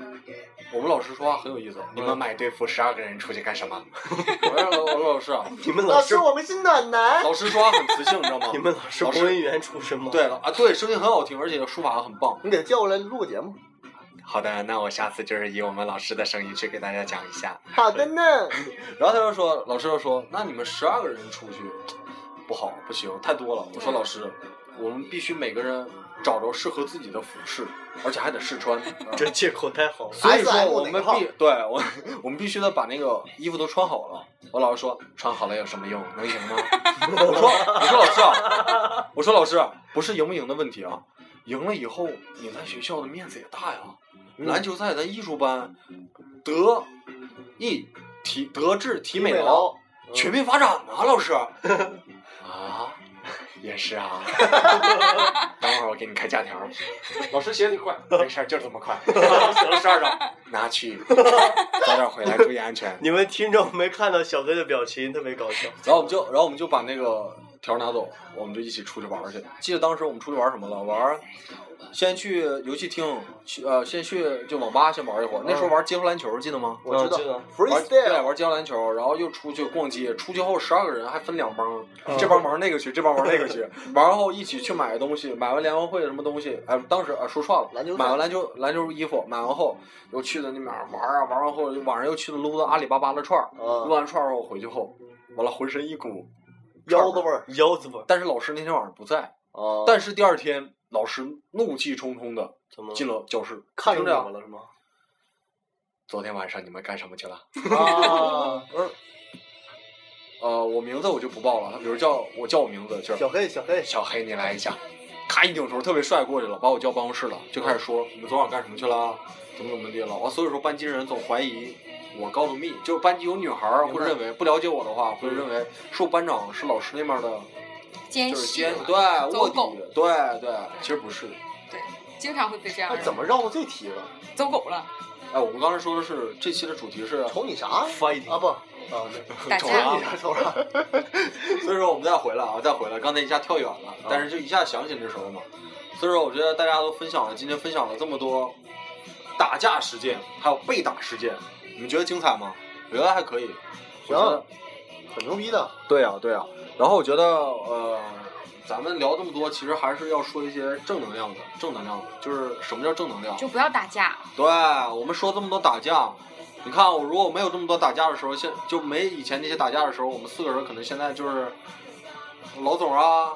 [SPEAKER 4] 我们老师说话很有意思，你们买队服十二个人出去干什么？我说我说老 师啊，
[SPEAKER 3] 你 们
[SPEAKER 2] 老
[SPEAKER 3] 老
[SPEAKER 2] 师，
[SPEAKER 3] 师
[SPEAKER 2] 我们是暖男。
[SPEAKER 4] 老师说话很磁性，你知道吗
[SPEAKER 3] 你？们老师
[SPEAKER 4] 老师
[SPEAKER 3] 播音员出身吗？
[SPEAKER 4] 对了啊，对，声音很好听，而且书法很棒。
[SPEAKER 2] 你给他叫过来录个节目。
[SPEAKER 4] 好的，那我下次就是以我们老师的声音去给大家讲一下。
[SPEAKER 2] 好的呢，
[SPEAKER 4] 然后他就说，老师就说，那你们十二个人出去不好，不行，太多了。我说老师，我们必须每个人找着适合自己的服饰，而且还得试穿。
[SPEAKER 3] 这借口太好了。
[SPEAKER 4] 所以说
[SPEAKER 2] S&M
[SPEAKER 4] 我们
[SPEAKER 2] 哪套
[SPEAKER 4] 必对我我们必须得把那个衣服都穿好了。我老师说穿好了有什么用？能赢吗？ 我说我说老师啊，我说老师不是赢不赢的问题啊，赢了以后你在学校的面子也大呀。篮球赛咱艺术班德艺体德智体美劳全面发展啊，老师啊。也是 啊，等会儿我给你开假条。 老师写的快，没事儿，就是这么 快。写了十二张，拿去，早点回来，注意安全。
[SPEAKER 3] 你们听众没看到小黑的表情，特别搞笑。
[SPEAKER 4] 然后我们就，然后我们就把那个条拿走，我们就一起出去玩儿去。记得当时我们出去玩儿什么了？玩儿，先去游戏厅，去呃，先去就网吧先玩儿一会儿。那时候玩街头篮球，记得吗？
[SPEAKER 2] 我知
[SPEAKER 3] 嗯
[SPEAKER 2] 道
[SPEAKER 4] 玩对，
[SPEAKER 2] freestyle，啊
[SPEAKER 4] 玩街头篮球，然后又出去逛街。出去后十二个人还分两帮，这帮玩那个去，这帮玩那个去，玩后一起去买东西，买完联欢会的什么东西，哎，当时啊说串了
[SPEAKER 2] 篮球，赛
[SPEAKER 4] 买完篮球篮球衣服，买完后又去的那边玩啊，玩完后晚上又去了撸的阿里巴巴的串儿，撸
[SPEAKER 2] 啊，
[SPEAKER 4] 完串儿后回去后，完了浑身一股
[SPEAKER 2] 腰子味儿
[SPEAKER 3] 腰子吧，
[SPEAKER 4] 但是老师那天晚上不在，
[SPEAKER 2] 啊
[SPEAKER 4] 但是第二天老师怒气冲冲的
[SPEAKER 3] 怎么了
[SPEAKER 4] 进了教室，
[SPEAKER 2] 嗯看
[SPEAKER 4] 听
[SPEAKER 2] 着
[SPEAKER 4] 着
[SPEAKER 2] 我
[SPEAKER 4] 啊，
[SPEAKER 2] 了是吗？
[SPEAKER 4] 昨天晚上你们干什么去了？
[SPEAKER 2] 啊，
[SPEAKER 4] 呃，我名字我就不报了，他比如叫我叫我 名字就是
[SPEAKER 2] 小黑，小黑，
[SPEAKER 4] 小黑，你来一下。咔一扭头，特别帅过去了，把我叫办公室了，就开始说你们昨晚干什么去了，怎么怎么地了。完，所以说班级人总怀疑我高能密，就是班级有女孩儿
[SPEAKER 2] 明白
[SPEAKER 4] 会认为不了解我的话，会认为是我班长是老师那面的，
[SPEAKER 1] 奸
[SPEAKER 4] 就是
[SPEAKER 1] 细
[SPEAKER 4] 奸
[SPEAKER 1] 嘛
[SPEAKER 4] 对卧
[SPEAKER 1] 走
[SPEAKER 4] 底
[SPEAKER 1] 狗，
[SPEAKER 4] 对对，其实不是。
[SPEAKER 1] 经常会被这样
[SPEAKER 2] 那
[SPEAKER 1] 人
[SPEAKER 2] 哎怎么绕到这题了？
[SPEAKER 1] 走狗了？
[SPEAKER 4] 哎，我们刚才说的是这期的主题是，
[SPEAKER 2] 瞅你啥啊
[SPEAKER 3] ，fighting，
[SPEAKER 2] 不啊，
[SPEAKER 1] 打
[SPEAKER 4] 瞅
[SPEAKER 1] 架
[SPEAKER 4] 啥
[SPEAKER 2] 瞅你啥瞅啥？
[SPEAKER 4] 所以说我们再回来啊，再回来，刚才一下跳远了，但是就一下想起那时候嘛。所以说，我觉得大家都分享了，今天分享了这么多打架事件，还有被打事件，你们觉得精彩吗？我觉得还可以。我觉得
[SPEAKER 2] 行，很牛逼的，
[SPEAKER 4] 对呀、对呀、然后我觉得，呃，咱们聊这么多，其实还是要说一些正能量的，正能量的，就是什么叫正能量？
[SPEAKER 1] 就不要打架，
[SPEAKER 4] 对，我们说这么多打架，你看我如果没有这么多打架的时候，现就没以前那些打架的时候，我们四个人可能现在就是老总 啊，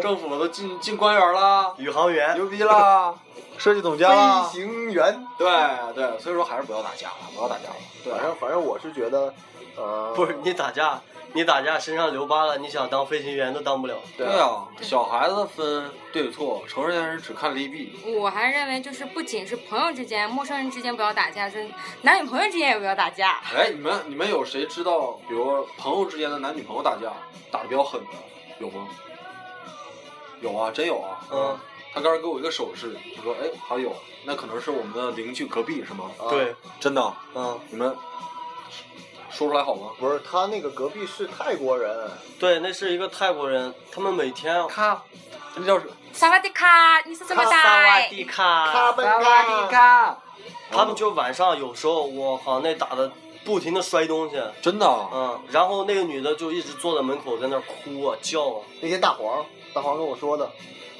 [SPEAKER 4] 政府都进进官员啦，
[SPEAKER 3] 宇航员，
[SPEAKER 4] 牛逼啦，设计总监啊啦
[SPEAKER 2] 飞，行员。
[SPEAKER 4] 对对，所以说还是不要打架了，不要打架了。对，啊
[SPEAKER 2] 反正反正我是觉得，呃，
[SPEAKER 3] 不是你打架，你打架身上留疤了，你想当飞行员都当不了。
[SPEAKER 2] 对
[SPEAKER 4] 对
[SPEAKER 2] 啊
[SPEAKER 4] 啊，小孩子分对与错，成人人只看利弊。
[SPEAKER 1] 我还认为就是不仅是朋友之间、陌生人之间不要打架，就是男女朋友之间也不要打架。
[SPEAKER 4] 哎，你们你们有谁知道，比如说朋友之间的男女朋友打架打的比较狠的，有吗？有啊，真有啊。
[SPEAKER 3] 嗯，
[SPEAKER 4] 他刚才给我一个手势，我说哎，好像有，那可能是我们的邻居隔壁是吗？
[SPEAKER 2] 啊
[SPEAKER 3] 对，
[SPEAKER 4] 真的，
[SPEAKER 3] 嗯，
[SPEAKER 4] 你们说出来好吗？
[SPEAKER 2] 不是他那个隔壁是泰国人，
[SPEAKER 3] 对，那是一个泰国人，他们每天
[SPEAKER 4] 咔，那叫什么？
[SPEAKER 1] 萨瓦迪卡，你是怎么哎
[SPEAKER 3] 萨瓦
[SPEAKER 1] 打？
[SPEAKER 3] 迪卡，
[SPEAKER 2] 卡本嘎，
[SPEAKER 4] 咔，
[SPEAKER 3] 他们就晚上有时候，我靠，那打的不停的摔东西，
[SPEAKER 4] 真的啊，
[SPEAKER 3] 嗯，然后那个女的就一直坐在门口在那儿哭啊叫啊，
[SPEAKER 2] 那天大黄，大黄跟我说的，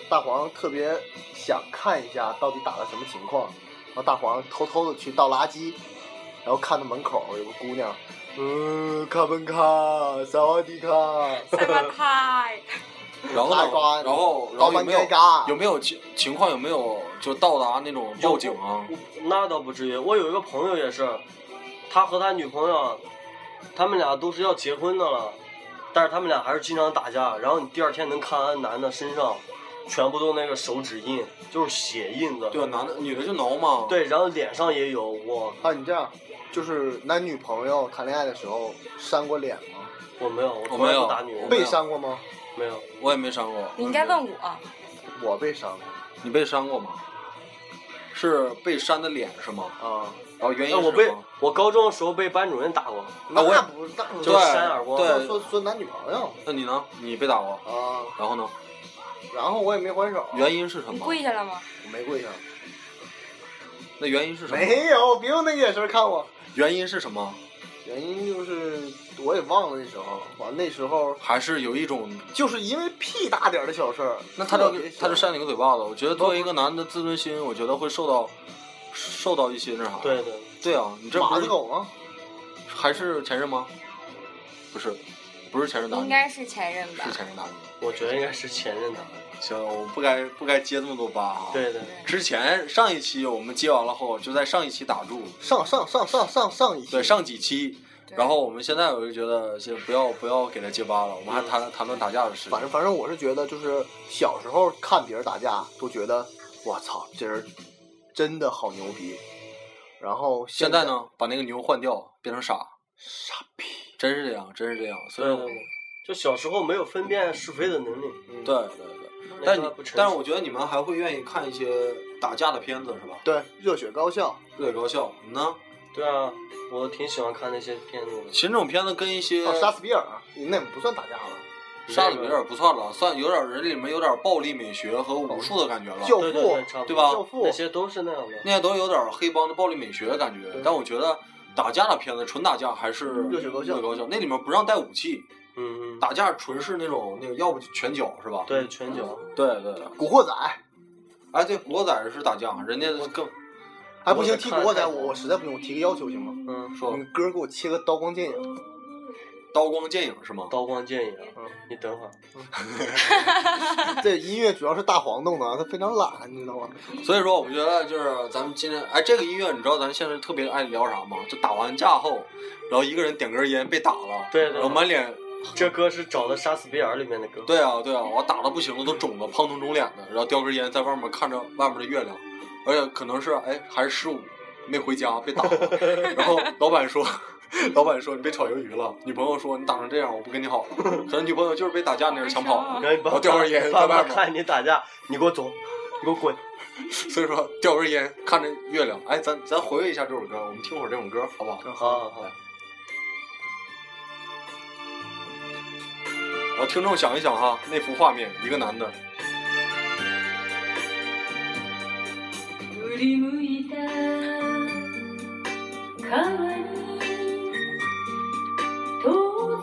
[SPEAKER 2] 大黄特别想看一下到底打的什么情况，然后大黄偷偷的去倒垃圾，然后看到门口有个姑娘，嗯，卡本卡，萨瓦迪卡，
[SPEAKER 1] 萨瓦泰，
[SPEAKER 4] 然后
[SPEAKER 2] 拉
[SPEAKER 4] 呢
[SPEAKER 2] 呱？
[SPEAKER 4] 然后然
[SPEAKER 2] 高
[SPEAKER 4] 后
[SPEAKER 2] 班
[SPEAKER 4] 有没有
[SPEAKER 2] 该嘎，
[SPEAKER 4] 有没有情情况有没有就到达那种报警啊？
[SPEAKER 3] 我那倒不至于。我有一个朋友也是，他和他女朋友，他们俩都是要结婚的了，但是他们俩还是经常打架。然后你第二天能看那男的身上全部都那个手指印，就是血印子。
[SPEAKER 4] 对啊，男的女的就挠嘛。，
[SPEAKER 3] 对然后脸上也有我，
[SPEAKER 2] 啊，你这样，就是男女朋友谈恋爱的时候扇过脸吗？
[SPEAKER 3] 我没有，我
[SPEAKER 4] 我
[SPEAKER 3] 从
[SPEAKER 4] 没
[SPEAKER 3] 来
[SPEAKER 4] 有
[SPEAKER 3] 不打女人，
[SPEAKER 4] 没
[SPEAKER 2] 被
[SPEAKER 4] 有
[SPEAKER 2] 扇过吗？
[SPEAKER 3] 没有。
[SPEAKER 4] 我也没删过。嗯
[SPEAKER 1] 你应该问我，
[SPEAKER 2] 我被扇过
[SPEAKER 4] 你被删过吗？是被删的脸是吗？
[SPEAKER 2] 啊，
[SPEAKER 4] 然后原因
[SPEAKER 3] 哎，
[SPEAKER 4] 是
[SPEAKER 3] 我被
[SPEAKER 4] 吗
[SPEAKER 3] 我高中的时候被班主任打
[SPEAKER 4] 啊
[SPEAKER 3] 过，
[SPEAKER 2] 那
[SPEAKER 4] 我也
[SPEAKER 2] 不那不
[SPEAKER 3] 就
[SPEAKER 4] 对
[SPEAKER 3] 扇耳光
[SPEAKER 2] 说
[SPEAKER 4] 对，
[SPEAKER 2] 说说男女朋友
[SPEAKER 4] 那呃你呢？你被打过，
[SPEAKER 2] 啊，
[SPEAKER 4] 然后呢？
[SPEAKER 2] 然后我也没还手，
[SPEAKER 4] 原因是什
[SPEAKER 1] 你
[SPEAKER 4] 么？
[SPEAKER 1] 跪下了吗？
[SPEAKER 2] 我没跪下，
[SPEAKER 4] 那原因是什么？
[SPEAKER 2] 没有，别用那个眼神看我。
[SPEAKER 4] 原因是什么？
[SPEAKER 2] 原因就是我也忘了那时候，完那时候
[SPEAKER 4] 还是有一种，
[SPEAKER 2] 就是因为屁大点儿的小事儿，
[SPEAKER 4] 那他
[SPEAKER 2] 特
[SPEAKER 4] 就
[SPEAKER 2] 别小
[SPEAKER 4] 他就扇你个嘴巴子。我觉得作为一个男的，自尊心我觉得会受到受到一些那啥。
[SPEAKER 3] 对对，
[SPEAKER 4] 对啊，你这
[SPEAKER 2] 马
[SPEAKER 4] 不
[SPEAKER 2] 子
[SPEAKER 4] 是
[SPEAKER 2] 狗吗？
[SPEAKER 4] 还是前任吗？不是，不是前任打
[SPEAKER 1] 应
[SPEAKER 4] 你，
[SPEAKER 1] 该是前任吧
[SPEAKER 4] 嗯是？前任打你。
[SPEAKER 3] 我觉得应该是前任打的。
[SPEAKER 4] 行，我不该不该接这么多疤啊。，
[SPEAKER 3] 对对，
[SPEAKER 4] 之前上一期我们接完了后，就在上一期打住。
[SPEAKER 2] 上上上上上上一期
[SPEAKER 4] 对，上几期，
[SPEAKER 1] 对
[SPEAKER 4] 然后我们现在我就觉得先不要不要给他结巴了，我们还谈谈论打架的事情
[SPEAKER 2] 反。正反正我是觉得，就是小时候看别人打架，都觉得我操，这人真的好牛逼。然后
[SPEAKER 4] 现
[SPEAKER 2] 在
[SPEAKER 4] 在？呢，把那个牛换掉，变成傻，
[SPEAKER 2] 傻逼！
[SPEAKER 4] 真是这样，真是这样。所
[SPEAKER 3] 对
[SPEAKER 4] 以
[SPEAKER 3] 对对，就小时候没有分辨是非的能力。
[SPEAKER 2] 嗯
[SPEAKER 4] 对对对，
[SPEAKER 3] 那
[SPEAKER 4] 但
[SPEAKER 3] 时
[SPEAKER 4] 你
[SPEAKER 3] 候还不成
[SPEAKER 4] 但是
[SPEAKER 3] 熟
[SPEAKER 4] 我觉得你们还会愿意看一些打架的片子是吧？
[SPEAKER 2] 对，热血高校，
[SPEAKER 4] 对，高校，你呢？
[SPEAKER 3] 对啊，我挺喜欢看那些片子的
[SPEAKER 4] 其。实那种片子跟一些
[SPEAKER 2] 哦，杀死比尔，那不算打架了，
[SPEAKER 4] 啊杀死比尔不算了，算有点人里面有点暴力美学和武术的感觉了，
[SPEAKER 2] 教
[SPEAKER 3] 对对
[SPEAKER 2] 父
[SPEAKER 3] 对，差不多
[SPEAKER 4] 对吧
[SPEAKER 2] 教父
[SPEAKER 3] 那些都是那样的。
[SPEAKER 4] 那些都有点黑帮的暴力美学的感觉
[SPEAKER 3] 对。
[SPEAKER 4] 但我觉得打架的片子，纯打架还是
[SPEAKER 2] 热血高校
[SPEAKER 4] 高校那里面不让带武器，
[SPEAKER 3] 嗯嗯，
[SPEAKER 4] 打架纯是那种那个，要不就拳脚是吧？
[SPEAKER 3] 对拳脚，
[SPEAKER 4] 对对对。
[SPEAKER 2] 古惑仔，
[SPEAKER 4] 哎，对，古惑仔是打架，人家更
[SPEAKER 2] 哎，不行，
[SPEAKER 3] 我
[SPEAKER 2] 提古惑仔，
[SPEAKER 3] 看
[SPEAKER 2] 我我实在不行，我提个要求行吗？
[SPEAKER 3] 嗯，
[SPEAKER 4] 说
[SPEAKER 2] 你哥给我切个刀光剑影，
[SPEAKER 4] 刀光剑影是吗？
[SPEAKER 3] 刀光剑影啊
[SPEAKER 2] 嗯。
[SPEAKER 3] 你等会儿，
[SPEAKER 2] 这音乐主要是大黄弄的，他非常懒，你知道吗？
[SPEAKER 4] 所以说，我觉得就是咱们今天，哎，这个音乐你知道咱现在特别爱聊啥吗？就打完架后，然后一个人点根烟被打了，
[SPEAKER 3] 对对对
[SPEAKER 4] 然后满脸，
[SPEAKER 3] 这歌是找的《杀死比尔》里面的歌。
[SPEAKER 4] 对啊对啊，我打的不行了，都肿了，胖头肿脸的，然后叼根烟在外面看着外面的月亮，而且可能是哎还是十五没回家被打了，然后老板说。 老板说：“你被炒鱿鱼了。”女朋友说：“你打成这样，我不跟你好了。”可能女朋友就是被打架那人抢 跑了
[SPEAKER 1] 为，
[SPEAKER 3] 然后你爸
[SPEAKER 4] 我叼根烟
[SPEAKER 3] 爸
[SPEAKER 4] 在
[SPEAKER 3] 妈
[SPEAKER 4] 外面
[SPEAKER 3] 看你打架，你给我走，你给我滚。
[SPEAKER 4] 所以说，叼根烟，看着月亮，哎，咱咱回味一下这首歌，我们听会儿这首歌，好不好？
[SPEAKER 3] 好好好，
[SPEAKER 4] 然后听众想一想哈，那幅画面，一个男的，
[SPEAKER 5] 振り向いた川に遠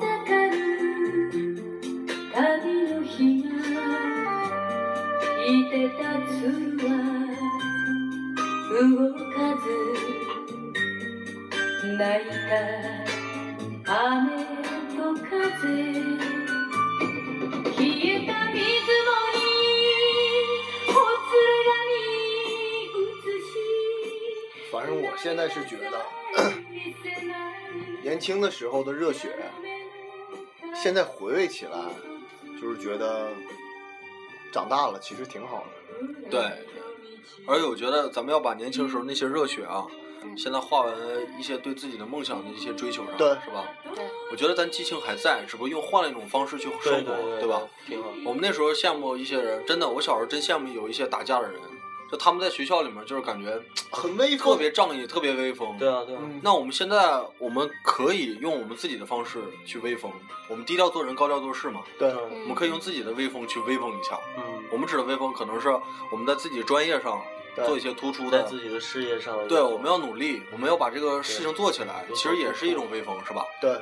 [SPEAKER 5] ざかる旅の日がいてた鶴は動かず泣いた雨と風響
[SPEAKER 2] 在是觉得，年轻的时候的热血，
[SPEAKER 4] 啊
[SPEAKER 2] 现在回味起来，就是觉得长大了其实挺好的。
[SPEAKER 4] 对，而且我觉得咱们要把年轻时候那些热血啊，现在化为一些对自己的梦想的一些追求上，
[SPEAKER 2] 对
[SPEAKER 4] 是吧？
[SPEAKER 1] 对
[SPEAKER 4] 我觉得咱激情还在，只不过用换了一种方式去
[SPEAKER 3] 对
[SPEAKER 4] 生活，
[SPEAKER 3] 对
[SPEAKER 4] 吧？？
[SPEAKER 3] 挺好。
[SPEAKER 4] 我们那时候羡慕一些人，真的，我小时候真羡慕有一些打架的人，就他们在学校里面就是感觉
[SPEAKER 2] 很威风，
[SPEAKER 4] 特别仗义，特别威风。
[SPEAKER 3] 对啊，对啊，
[SPEAKER 2] 嗯，
[SPEAKER 4] 那我们现在我们可以用我们自己的方式去威风，我们低调做人，高调做事嘛。
[SPEAKER 2] 对，
[SPEAKER 1] 嗯
[SPEAKER 4] 我们可以用自己的威风去威风一下。
[SPEAKER 3] 嗯，
[SPEAKER 4] 我们指的威风，可能是我们在自己专业上
[SPEAKER 2] 对
[SPEAKER 4] 做一些突出
[SPEAKER 3] 在
[SPEAKER 4] 的
[SPEAKER 3] 自。己的事业上，
[SPEAKER 4] 对，我们要努力，我们要把这个事情做起来，
[SPEAKER 3] 对
[SPEAKER 4] 其实也是一种威风，是吧？
[SPEAKER 2] 对，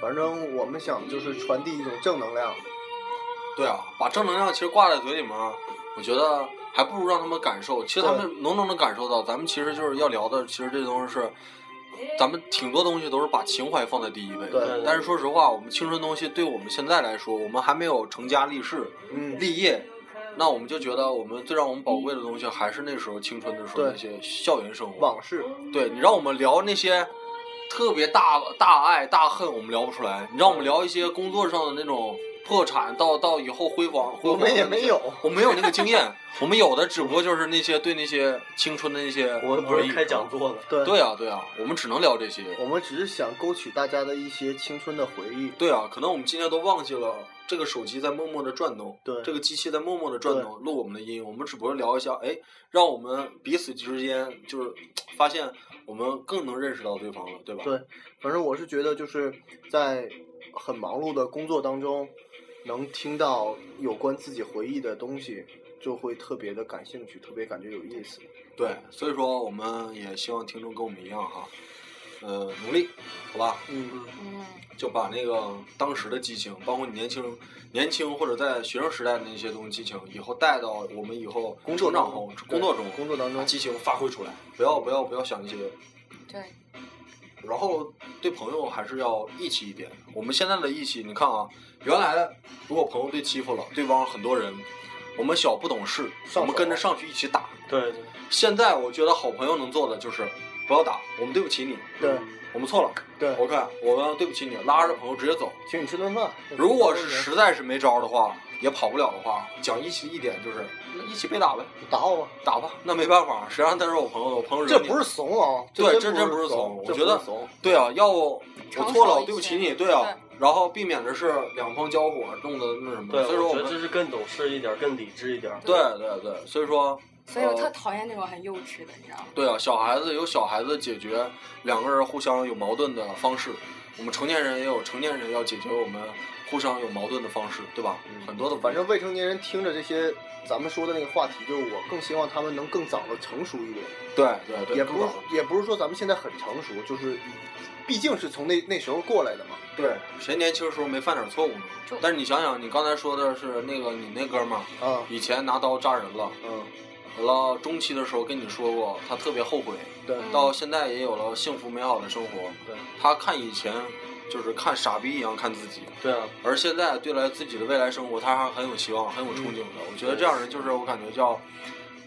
[SPEAKER 2] 反正我们想就是传递一种正能量。
[SPEAKER 4] 对啊，把正能量其实挂在嘴里面，我觉得还不如让他们感受。其实他们浓浓的感受到，咱们其实就是要聊的，其实这东西是，咱们挺多东西都是把情怀放在第一位。
[SPEAKER 2] 对
[SPEAKER 4] 但是说实话，我们青春东西对我们现在来说，我们还没有成家立室、
[SPEAKER 2] 嗯，
[SPEAKER 4] 立业，那我们就觉得我们最让我们宝贵的东西，还是那时候青春的时候
[SPEAKER 2] 对
[SPEAKER 4] 那些校园生活。
[SPEAKER 2] 往事，
[SPEAKER 4] 对你让我们聊那些。特别大大爱大恨，我们聊不出来。你让我们聊一些工作上的那种破产，到到以后辉煌，辉
[SPEAKER 2] 我
[SPEAKER 4] 煌
[SPEAKER 2] 们也
[SPEAKER 4] 的那些
[SPEAKER 2] 没有，
[SPEAKER 4] 我没有那个经验，我们有的只不过就是那些对那些青春的那些
[SPEAKER 3] 我们不
[SPEAKER 4] 而已
[SPEAKER 3] 是开讲。座的，
[SPEAKER 2] 对，
[SPEAKER 4] 对啊，对啊，我们只能聊这些。
[SPEAKER 2] 我们只是想勾起大家的一些青春的回忆。
[SPEAKER 4] 对啊，可能我们今天都忘记了，这个手机在默默的转动，
[SPEAKER 2] 对
[SPEAKER 4] 这个机器在默默的转动，录我们的音，我们只不过聊一下，哎，让我们彼此之间就是发现我们更能认识到对方了，对吧？
[SPEAKER 2] 对反正我是觉得，就是在很忙碌的工作当中，能听到有关自己回忆的东西，就会特别的感兴趣，特别感觉有意思。
[SPEAKER 4] 对，所以说我们也希望听众跟我们一样哈，呃，努力，好吧？
[SPEAKER 2] 嗯，
[SPEAKER 1] 嗯，
[SPEAKER 4] 就把那个当时的激情，包括你年轻年轻或者在学生时代的那些东西激情，以后带到我们以后
[SPEAKER 2] 工作
[SPEAKER 4] 成
[SPEAKER 2] 当
[SPEAKER 4] 长
[SPEAKER 2] 中
[SPEAKER 4] 后，工作中
[SPEAKER 2] 工作当
[SPEAKER 4] 把
[SPEAKER 2] 中，
[SPEAKER 4] 激情发挥出来，不要不要不要想那些。
[SPEAKER 1] 对，
[SPEAKER 4] 然后对朋友还是要义气一点。我们现在的义气，你看啊，原来如果朋友被欺负了，对方很多人，我们小不懂事，
[SPEAKER 2] 上
[SPEAKER 4] 我们
[SPEAKER 2] 手
[SPEAKER 4] 跟着上去一起打。
[SPEAKER 3] 对对
[SPEAKER 4] 现在我觉得好朋友能做的就是不要打，我们对不起你，
[SPEAKER 2] 对
[SPEAKER 4] 我们错了
[SPEAKER 2] 对，
[SPEAKER 4] ，OK，我们对不起你，拉着朋友直接走。
[SPEAKER 2] 请你吃顿饭。
[SPEAKER 4] 如果是实在是没招儿的话，也跑不了的话，讲义气一点就是，那一起被打呗，
[SPEAKER 2] 打我吧，
[SPEAKER 4] 打吧，那没办法，谁让他是我朋友呢？我朋友
[SPEAKER 2] 这
[SPEAKER 4] 惹你
[SPEAKER 2] 不是怂啊，
[SPEAKER 4] 对，这
[SPEAKER 2] 真
[SPEAKER 4] 真不
[SPEAKER 2] 是
[SPEAKER 4] 是怂，
[SPEAKER 2] 这不
[SPEAKER 4] 我觉得
[SPEAKER 2] 是怂。
[SPEAKER 4] 对啊，要不我
[SPEAKER 1] 成熟
[SPEAKER 4] 错了，
[SPEAKER 1] 一
[SPEAKER 4] 我对不
[SPEAKER 1] 些
[SPEAKER 4] 起你，对啊，然后避免的是两方交火弄得那什么，
[SPEAKER 3] 对，
[SPEAKER 4] 所以说
[SPEAKER 3] 我
[SPEAKER 4] 我
[SPEAKER 3] 觉得
[SPEAKER 4] 们
[SPEAKER 3] 这是更懂事一点，更理智一点。
[SPEAKER 4] 对对对，所以说
[SPEAKER 1] 所以我
[SPEAKER 4] 呃
[SPEAKER 1] 特讨厌那种很幼稚的，你知道吗？
[SPEAKER 4] 对啊，小孩子有小孩子解决两个人互相有矛盾的方式，我们成年人也有成年人要解决我们互相有矛盾的方式，对吧？很多的
[SPEAKER 2] 反正未成年人听着这些咱们说的那个话题，就是我更希望他们能更早的成熟一点。
[SPEAKER 4] 对对对，
[SPEAKER 2] 也
[SPEAKER 4] 更
[SPEAKER 2] 不是
[SPEAKER 4] 早
[SPEAKER 2] 也不是说咱们现在很成熟，就是毕竟是从那那时候过来的嘛。
[SPEAKER 4] 对，谁年轻时候没犯点错误呢
[SPEAKER 1] 就？
[SPEAKER 4] 但是你想想，你刚才说的是那个你那哥们儿，
[SPEAKER 2] 啊，
[SPEAKER 4] 以前拿刀扎人了，
[SPEAKER 2] 嗯，
[SPEAKER 4] 完了中期的时候跟你说过，他特别后悔，
[SPEAKER 2] 对
[SPEAKER 1] 嗯
[SPEAKER 4] 到现在也有了幸福美好的生活。
[SPEAKER 2] 对，
[SPEAKER 4] 他看以前就是看傻逼一样看自己，
[SPEAKER 3] 对啊，
[SPEAKER 4] 而现在对来自己的未来生活，他还很有希望，很有憧憬的。
[SPEAKER 2] 嗯
[SPEAKER 4] 我觉得这样人就是我感觉叫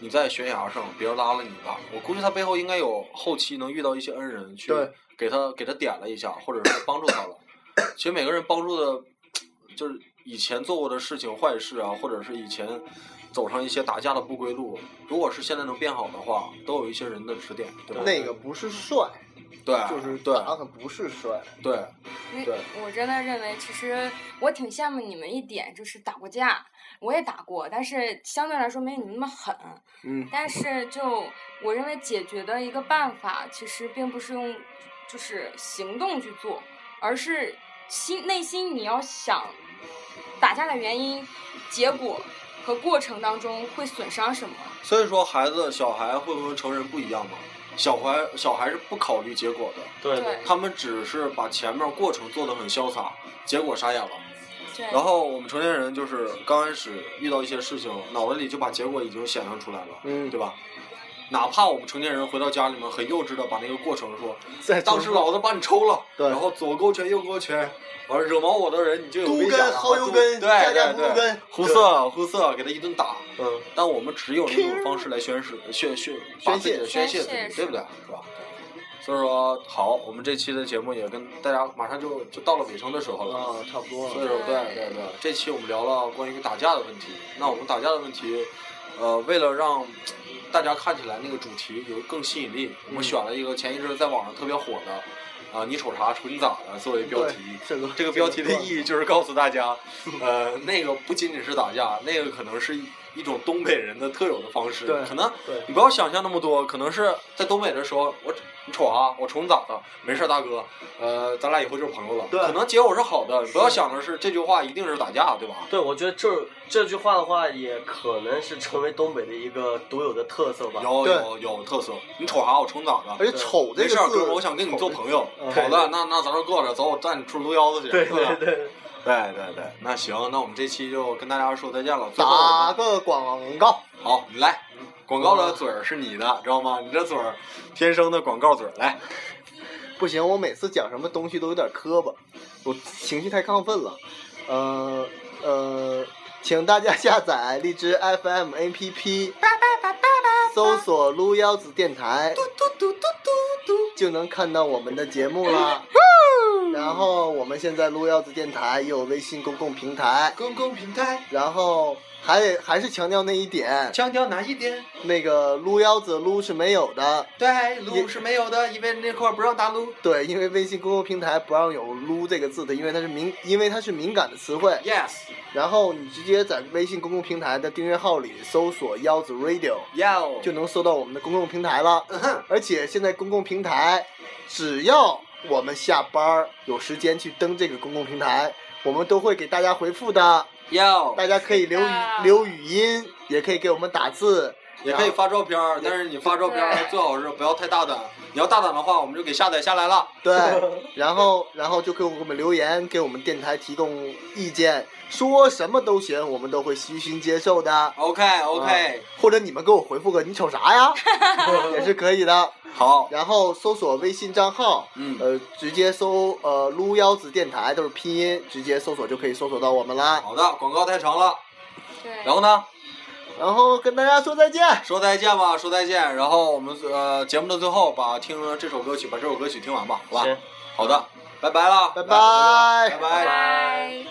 [SPEAKER 4] 你在悬崖上，别人拉了你一把。我估计他背后应该有后期能遇到一些恩人去
[SPEAKER 2] 对
[SPEAKER 4] 给他给他点了一下，或者是帮助他了。其实每个人帮助的，就是以前做过的事情、坏事啊，或者是以前走上一些打架的不归路，如果是现在能变好的话，都有一些人的指点，对吧？
[SPEAKER 2] 那个不是帅，
[SPEAKER 4] 对，
[SPEAKER 2] 就是
[SPEAKER 4] 对
[SPEAKER 2] 打他不是帅，
[SPEAKER 4] 对
[SPEAKER 1] 因
[SPEAKER 4] 对
[SPEAKER 1] 为我真的认为，其实我挺羡慕你们一点，就是打过架，我也打过，但是相对来说没有你那么狠。
[SPEAKER 2] 嗯，
[SPEAKER 1] 但是就我认为解决的一个办法，其实并不是用就是行动去做，而是心内心你要想打架的原因、结果和过程当中会损伤什么。
[SPEAKER 4] 所以说，孩子、小孩会不会成人不一样嘛？小孩小孩是不考虑结果的，
[SPEAKER 3] 对
[SPEAKER 1] 对
[SPEAKER 4] 他们只是把前面过程做得很潇洒，结果傻眼了。
[SPEAKER 1] 对，
[SPEAKER 4] 然后我们成年人就是刚开始遇到一些事情，脑子里就把结果已经想象出来了，
[SPEAKER 2] 嗯
[SPEAKER 4] 对吧？哪怕我们成年人回到家里面，很幼稚的把那个过程说，
[SPEAKER 2] 在
[SPEAKER 4] 当时老子把你抽了，
[SPEAKER 2] 对
[SPEAKER 4] 然后左勾拳右勾拳，完了惹毛我的人你就有
[SPEAKER 2] 都
[SPEAKER 4] 危险
[SPEAKER 2] 跟
[SPEAKER 4] 了
[SPEAKER 2] 薅油根
[SPEAKER 4] 对
[SPEAKER 2] 家家
[SPEAKER 4] 对
[SPEAKER 2] 户户
[SPEAKER 4] 对
[SPEAKER 2] 跟，
[SPEAKER 4] 胡色胡色，给他一顿打。
[SPEAKER 2] 嗯，
[SPEAKER 4] 但我们只有那种方式来宣誓、宣宣把自己的宣泄自
[SPEAKER 1] 宣
[SPEAKER 4] 己，
[SPEAKER 1] 泄
[SPEAKER 4] 对不对？是吧？所以说，好，我们这期的节目也跟大家马上就就到了尾声的时候了。
[SPEAKER 2] 啊，差不多
[SPEAKER 4] 所以
[SPEAKER 2] 了。
[SPEAKER 4] 说，对对对，这期我们聊了关于打架的问题。那我们打架的问题，呃，为了让大家看起来那个主题有更吸引力，我们选了一个前一阵儿在网上特别火的，啊、你瞅啥，瞅你咋的作为标题。
[SPEAKER 2] 对这个
[SPEAKER 4] 这个标题的意
[SPEAKER 2] 义，
[SPEAKER 4] 义就是告诉 大家，呃，那个不仅仅是打架，那个可能是一种东北人的特有的方式。
[SPEAKER 2] 对
[SPEAKER 4] 可能
[SPEAKER 2] 对
[SPEAKER 4] 你不要想象那么多，可能是在东北的时候，我你瞅啊，我瞅你咋的？没事儿，大哥，呃，咱俩以后就是朋友了。
[SPEAKER 2] 对
[SPEAKER 4] 可能结果是好的，你不要想着是这句话一定是打架，对吧？
[SPEAKER 3] 对，我觉得这这句话的话，也可能是成为东北的一个独有的特色吧。
[SPEAKER 4] 有
[SPEAKER 2] 对
[SPEAKER 4] 有有特色，你瞅啥？我瞅你咋的？
[SPEAKER 2] 而且瞅这
[SPEAKER 4] 没
[SPEAKER 2] 个
[SPEAKER 4] 事
[SPEAKER 2] 字
[SPEAKER 4] 儿，，哥们儿，我想跟你做朋友。
[SPEAKER 2] 嗯
[SPEAKER 4] 好的，那那咱就过来，走，我带你出去撸腰子去。
[SPEAKER 3] 对
[SPEAKER 4] 是吧
[SPEAKER 3] 对对，
[SPEAKER 4] 对对对，那行，那我们这期就跟大家说再见了。最后我们
[SPEAKER 2] 打个广告。
[SPEAKER 4] 好，你来，广告的嘴儿是你的，知道吗？你这嘴儿天生的广告嘴儿，来，
[SPEAKER 2] 不行，我每次讲什么东西都有点磕巴，我情绪太亢奋了。呃呃，请大家下载荔枝 FM APP，搜索“撸腰子电台”，就能看到我们的节目啦。然后我们现在撸腰子电台也有微信公共平台，
[SPEAKER 4] 公共平台
[SPEAKER 2] 然后还得还是强调那一点，
[SPEAKER 4] 强调哪一点？
[SPEAKER 2] 那个撸腰子撸是没有的。
[SPEAKER 4] 对，
[SPEAKER 2] 撸
[SPEAKER 4] 是没有的，因为那块不让打撸。
[SPEAKER 2] 对，因为微信公众平台不让有“撸”这个字的，因为它是敏，因为它是敏感的词汇。
[SPEAKER 4] Yes，
[SPEAKER 2] 然后你直接在微信公众平台的订阅号里搜索“腰子 Radio”，
[SPEAKER 4] 要
[SPEAKER 2] 就能搜到我们的公众平台了。
[SPEAKER 1] 嗯
[SPEAKER 2] 而且现在公共平台，只要我们下班儿有时间去登这个公共平台，我们都会给大家回复的。
[SPEAKER 4] 要，
[SPEAKER 2] 大家可以留语
[SPEAKER 1] 是的
[SPEAKER 2] 留语音，也可以给我们打字，
[SPEAKER 4] 也可以发照片儿，但是你发照片儿
[SPEAKER 1] 对
[SPEAKER 4] 最好是不要太大胆，你要大胆的话，我们就给下载下来了。
[SPEAKER 2] 对，然后然后就给我们留言，给我们电台提供意见，说什么都行，我们都会虚心接受的。
[SPEAKER 4] OK OK，
[SPEAKER 2] 或者你们给我回复个“你瞅啥呀”，也是可以的。
[SPEAKER 4] 好，
[SPEAKER 2] 然后搜索微信账号，
[SPEAKER 4] 嗯，
[SPEAKER 2] 呃，直接搜呃“撸腰子电台”都是拼音，直接搜索就可以搜索到我们啦。
[SPEAKER 4] 好的，广告太长了，
[SPEAKER 1] 对，
[SPEAKER 4] 然后呢？
[SPEAKER 2] 然后跟大家说再见，
[SPEAKER 4] 说再见吧，说再见。然后我们呃节目的最后把听这首歌曲，把这首歌曲听完吧，好吧
[SPEAKER 3] 行？
[SPEAKER 4] 好的，拜拜了，
[SPEAKER 2] 拜
[SPEAKER 4] 拜
[SPEAKER 2] 拜。
[SPEAKER 4] 拜。
[SPEAKER 1] 拜。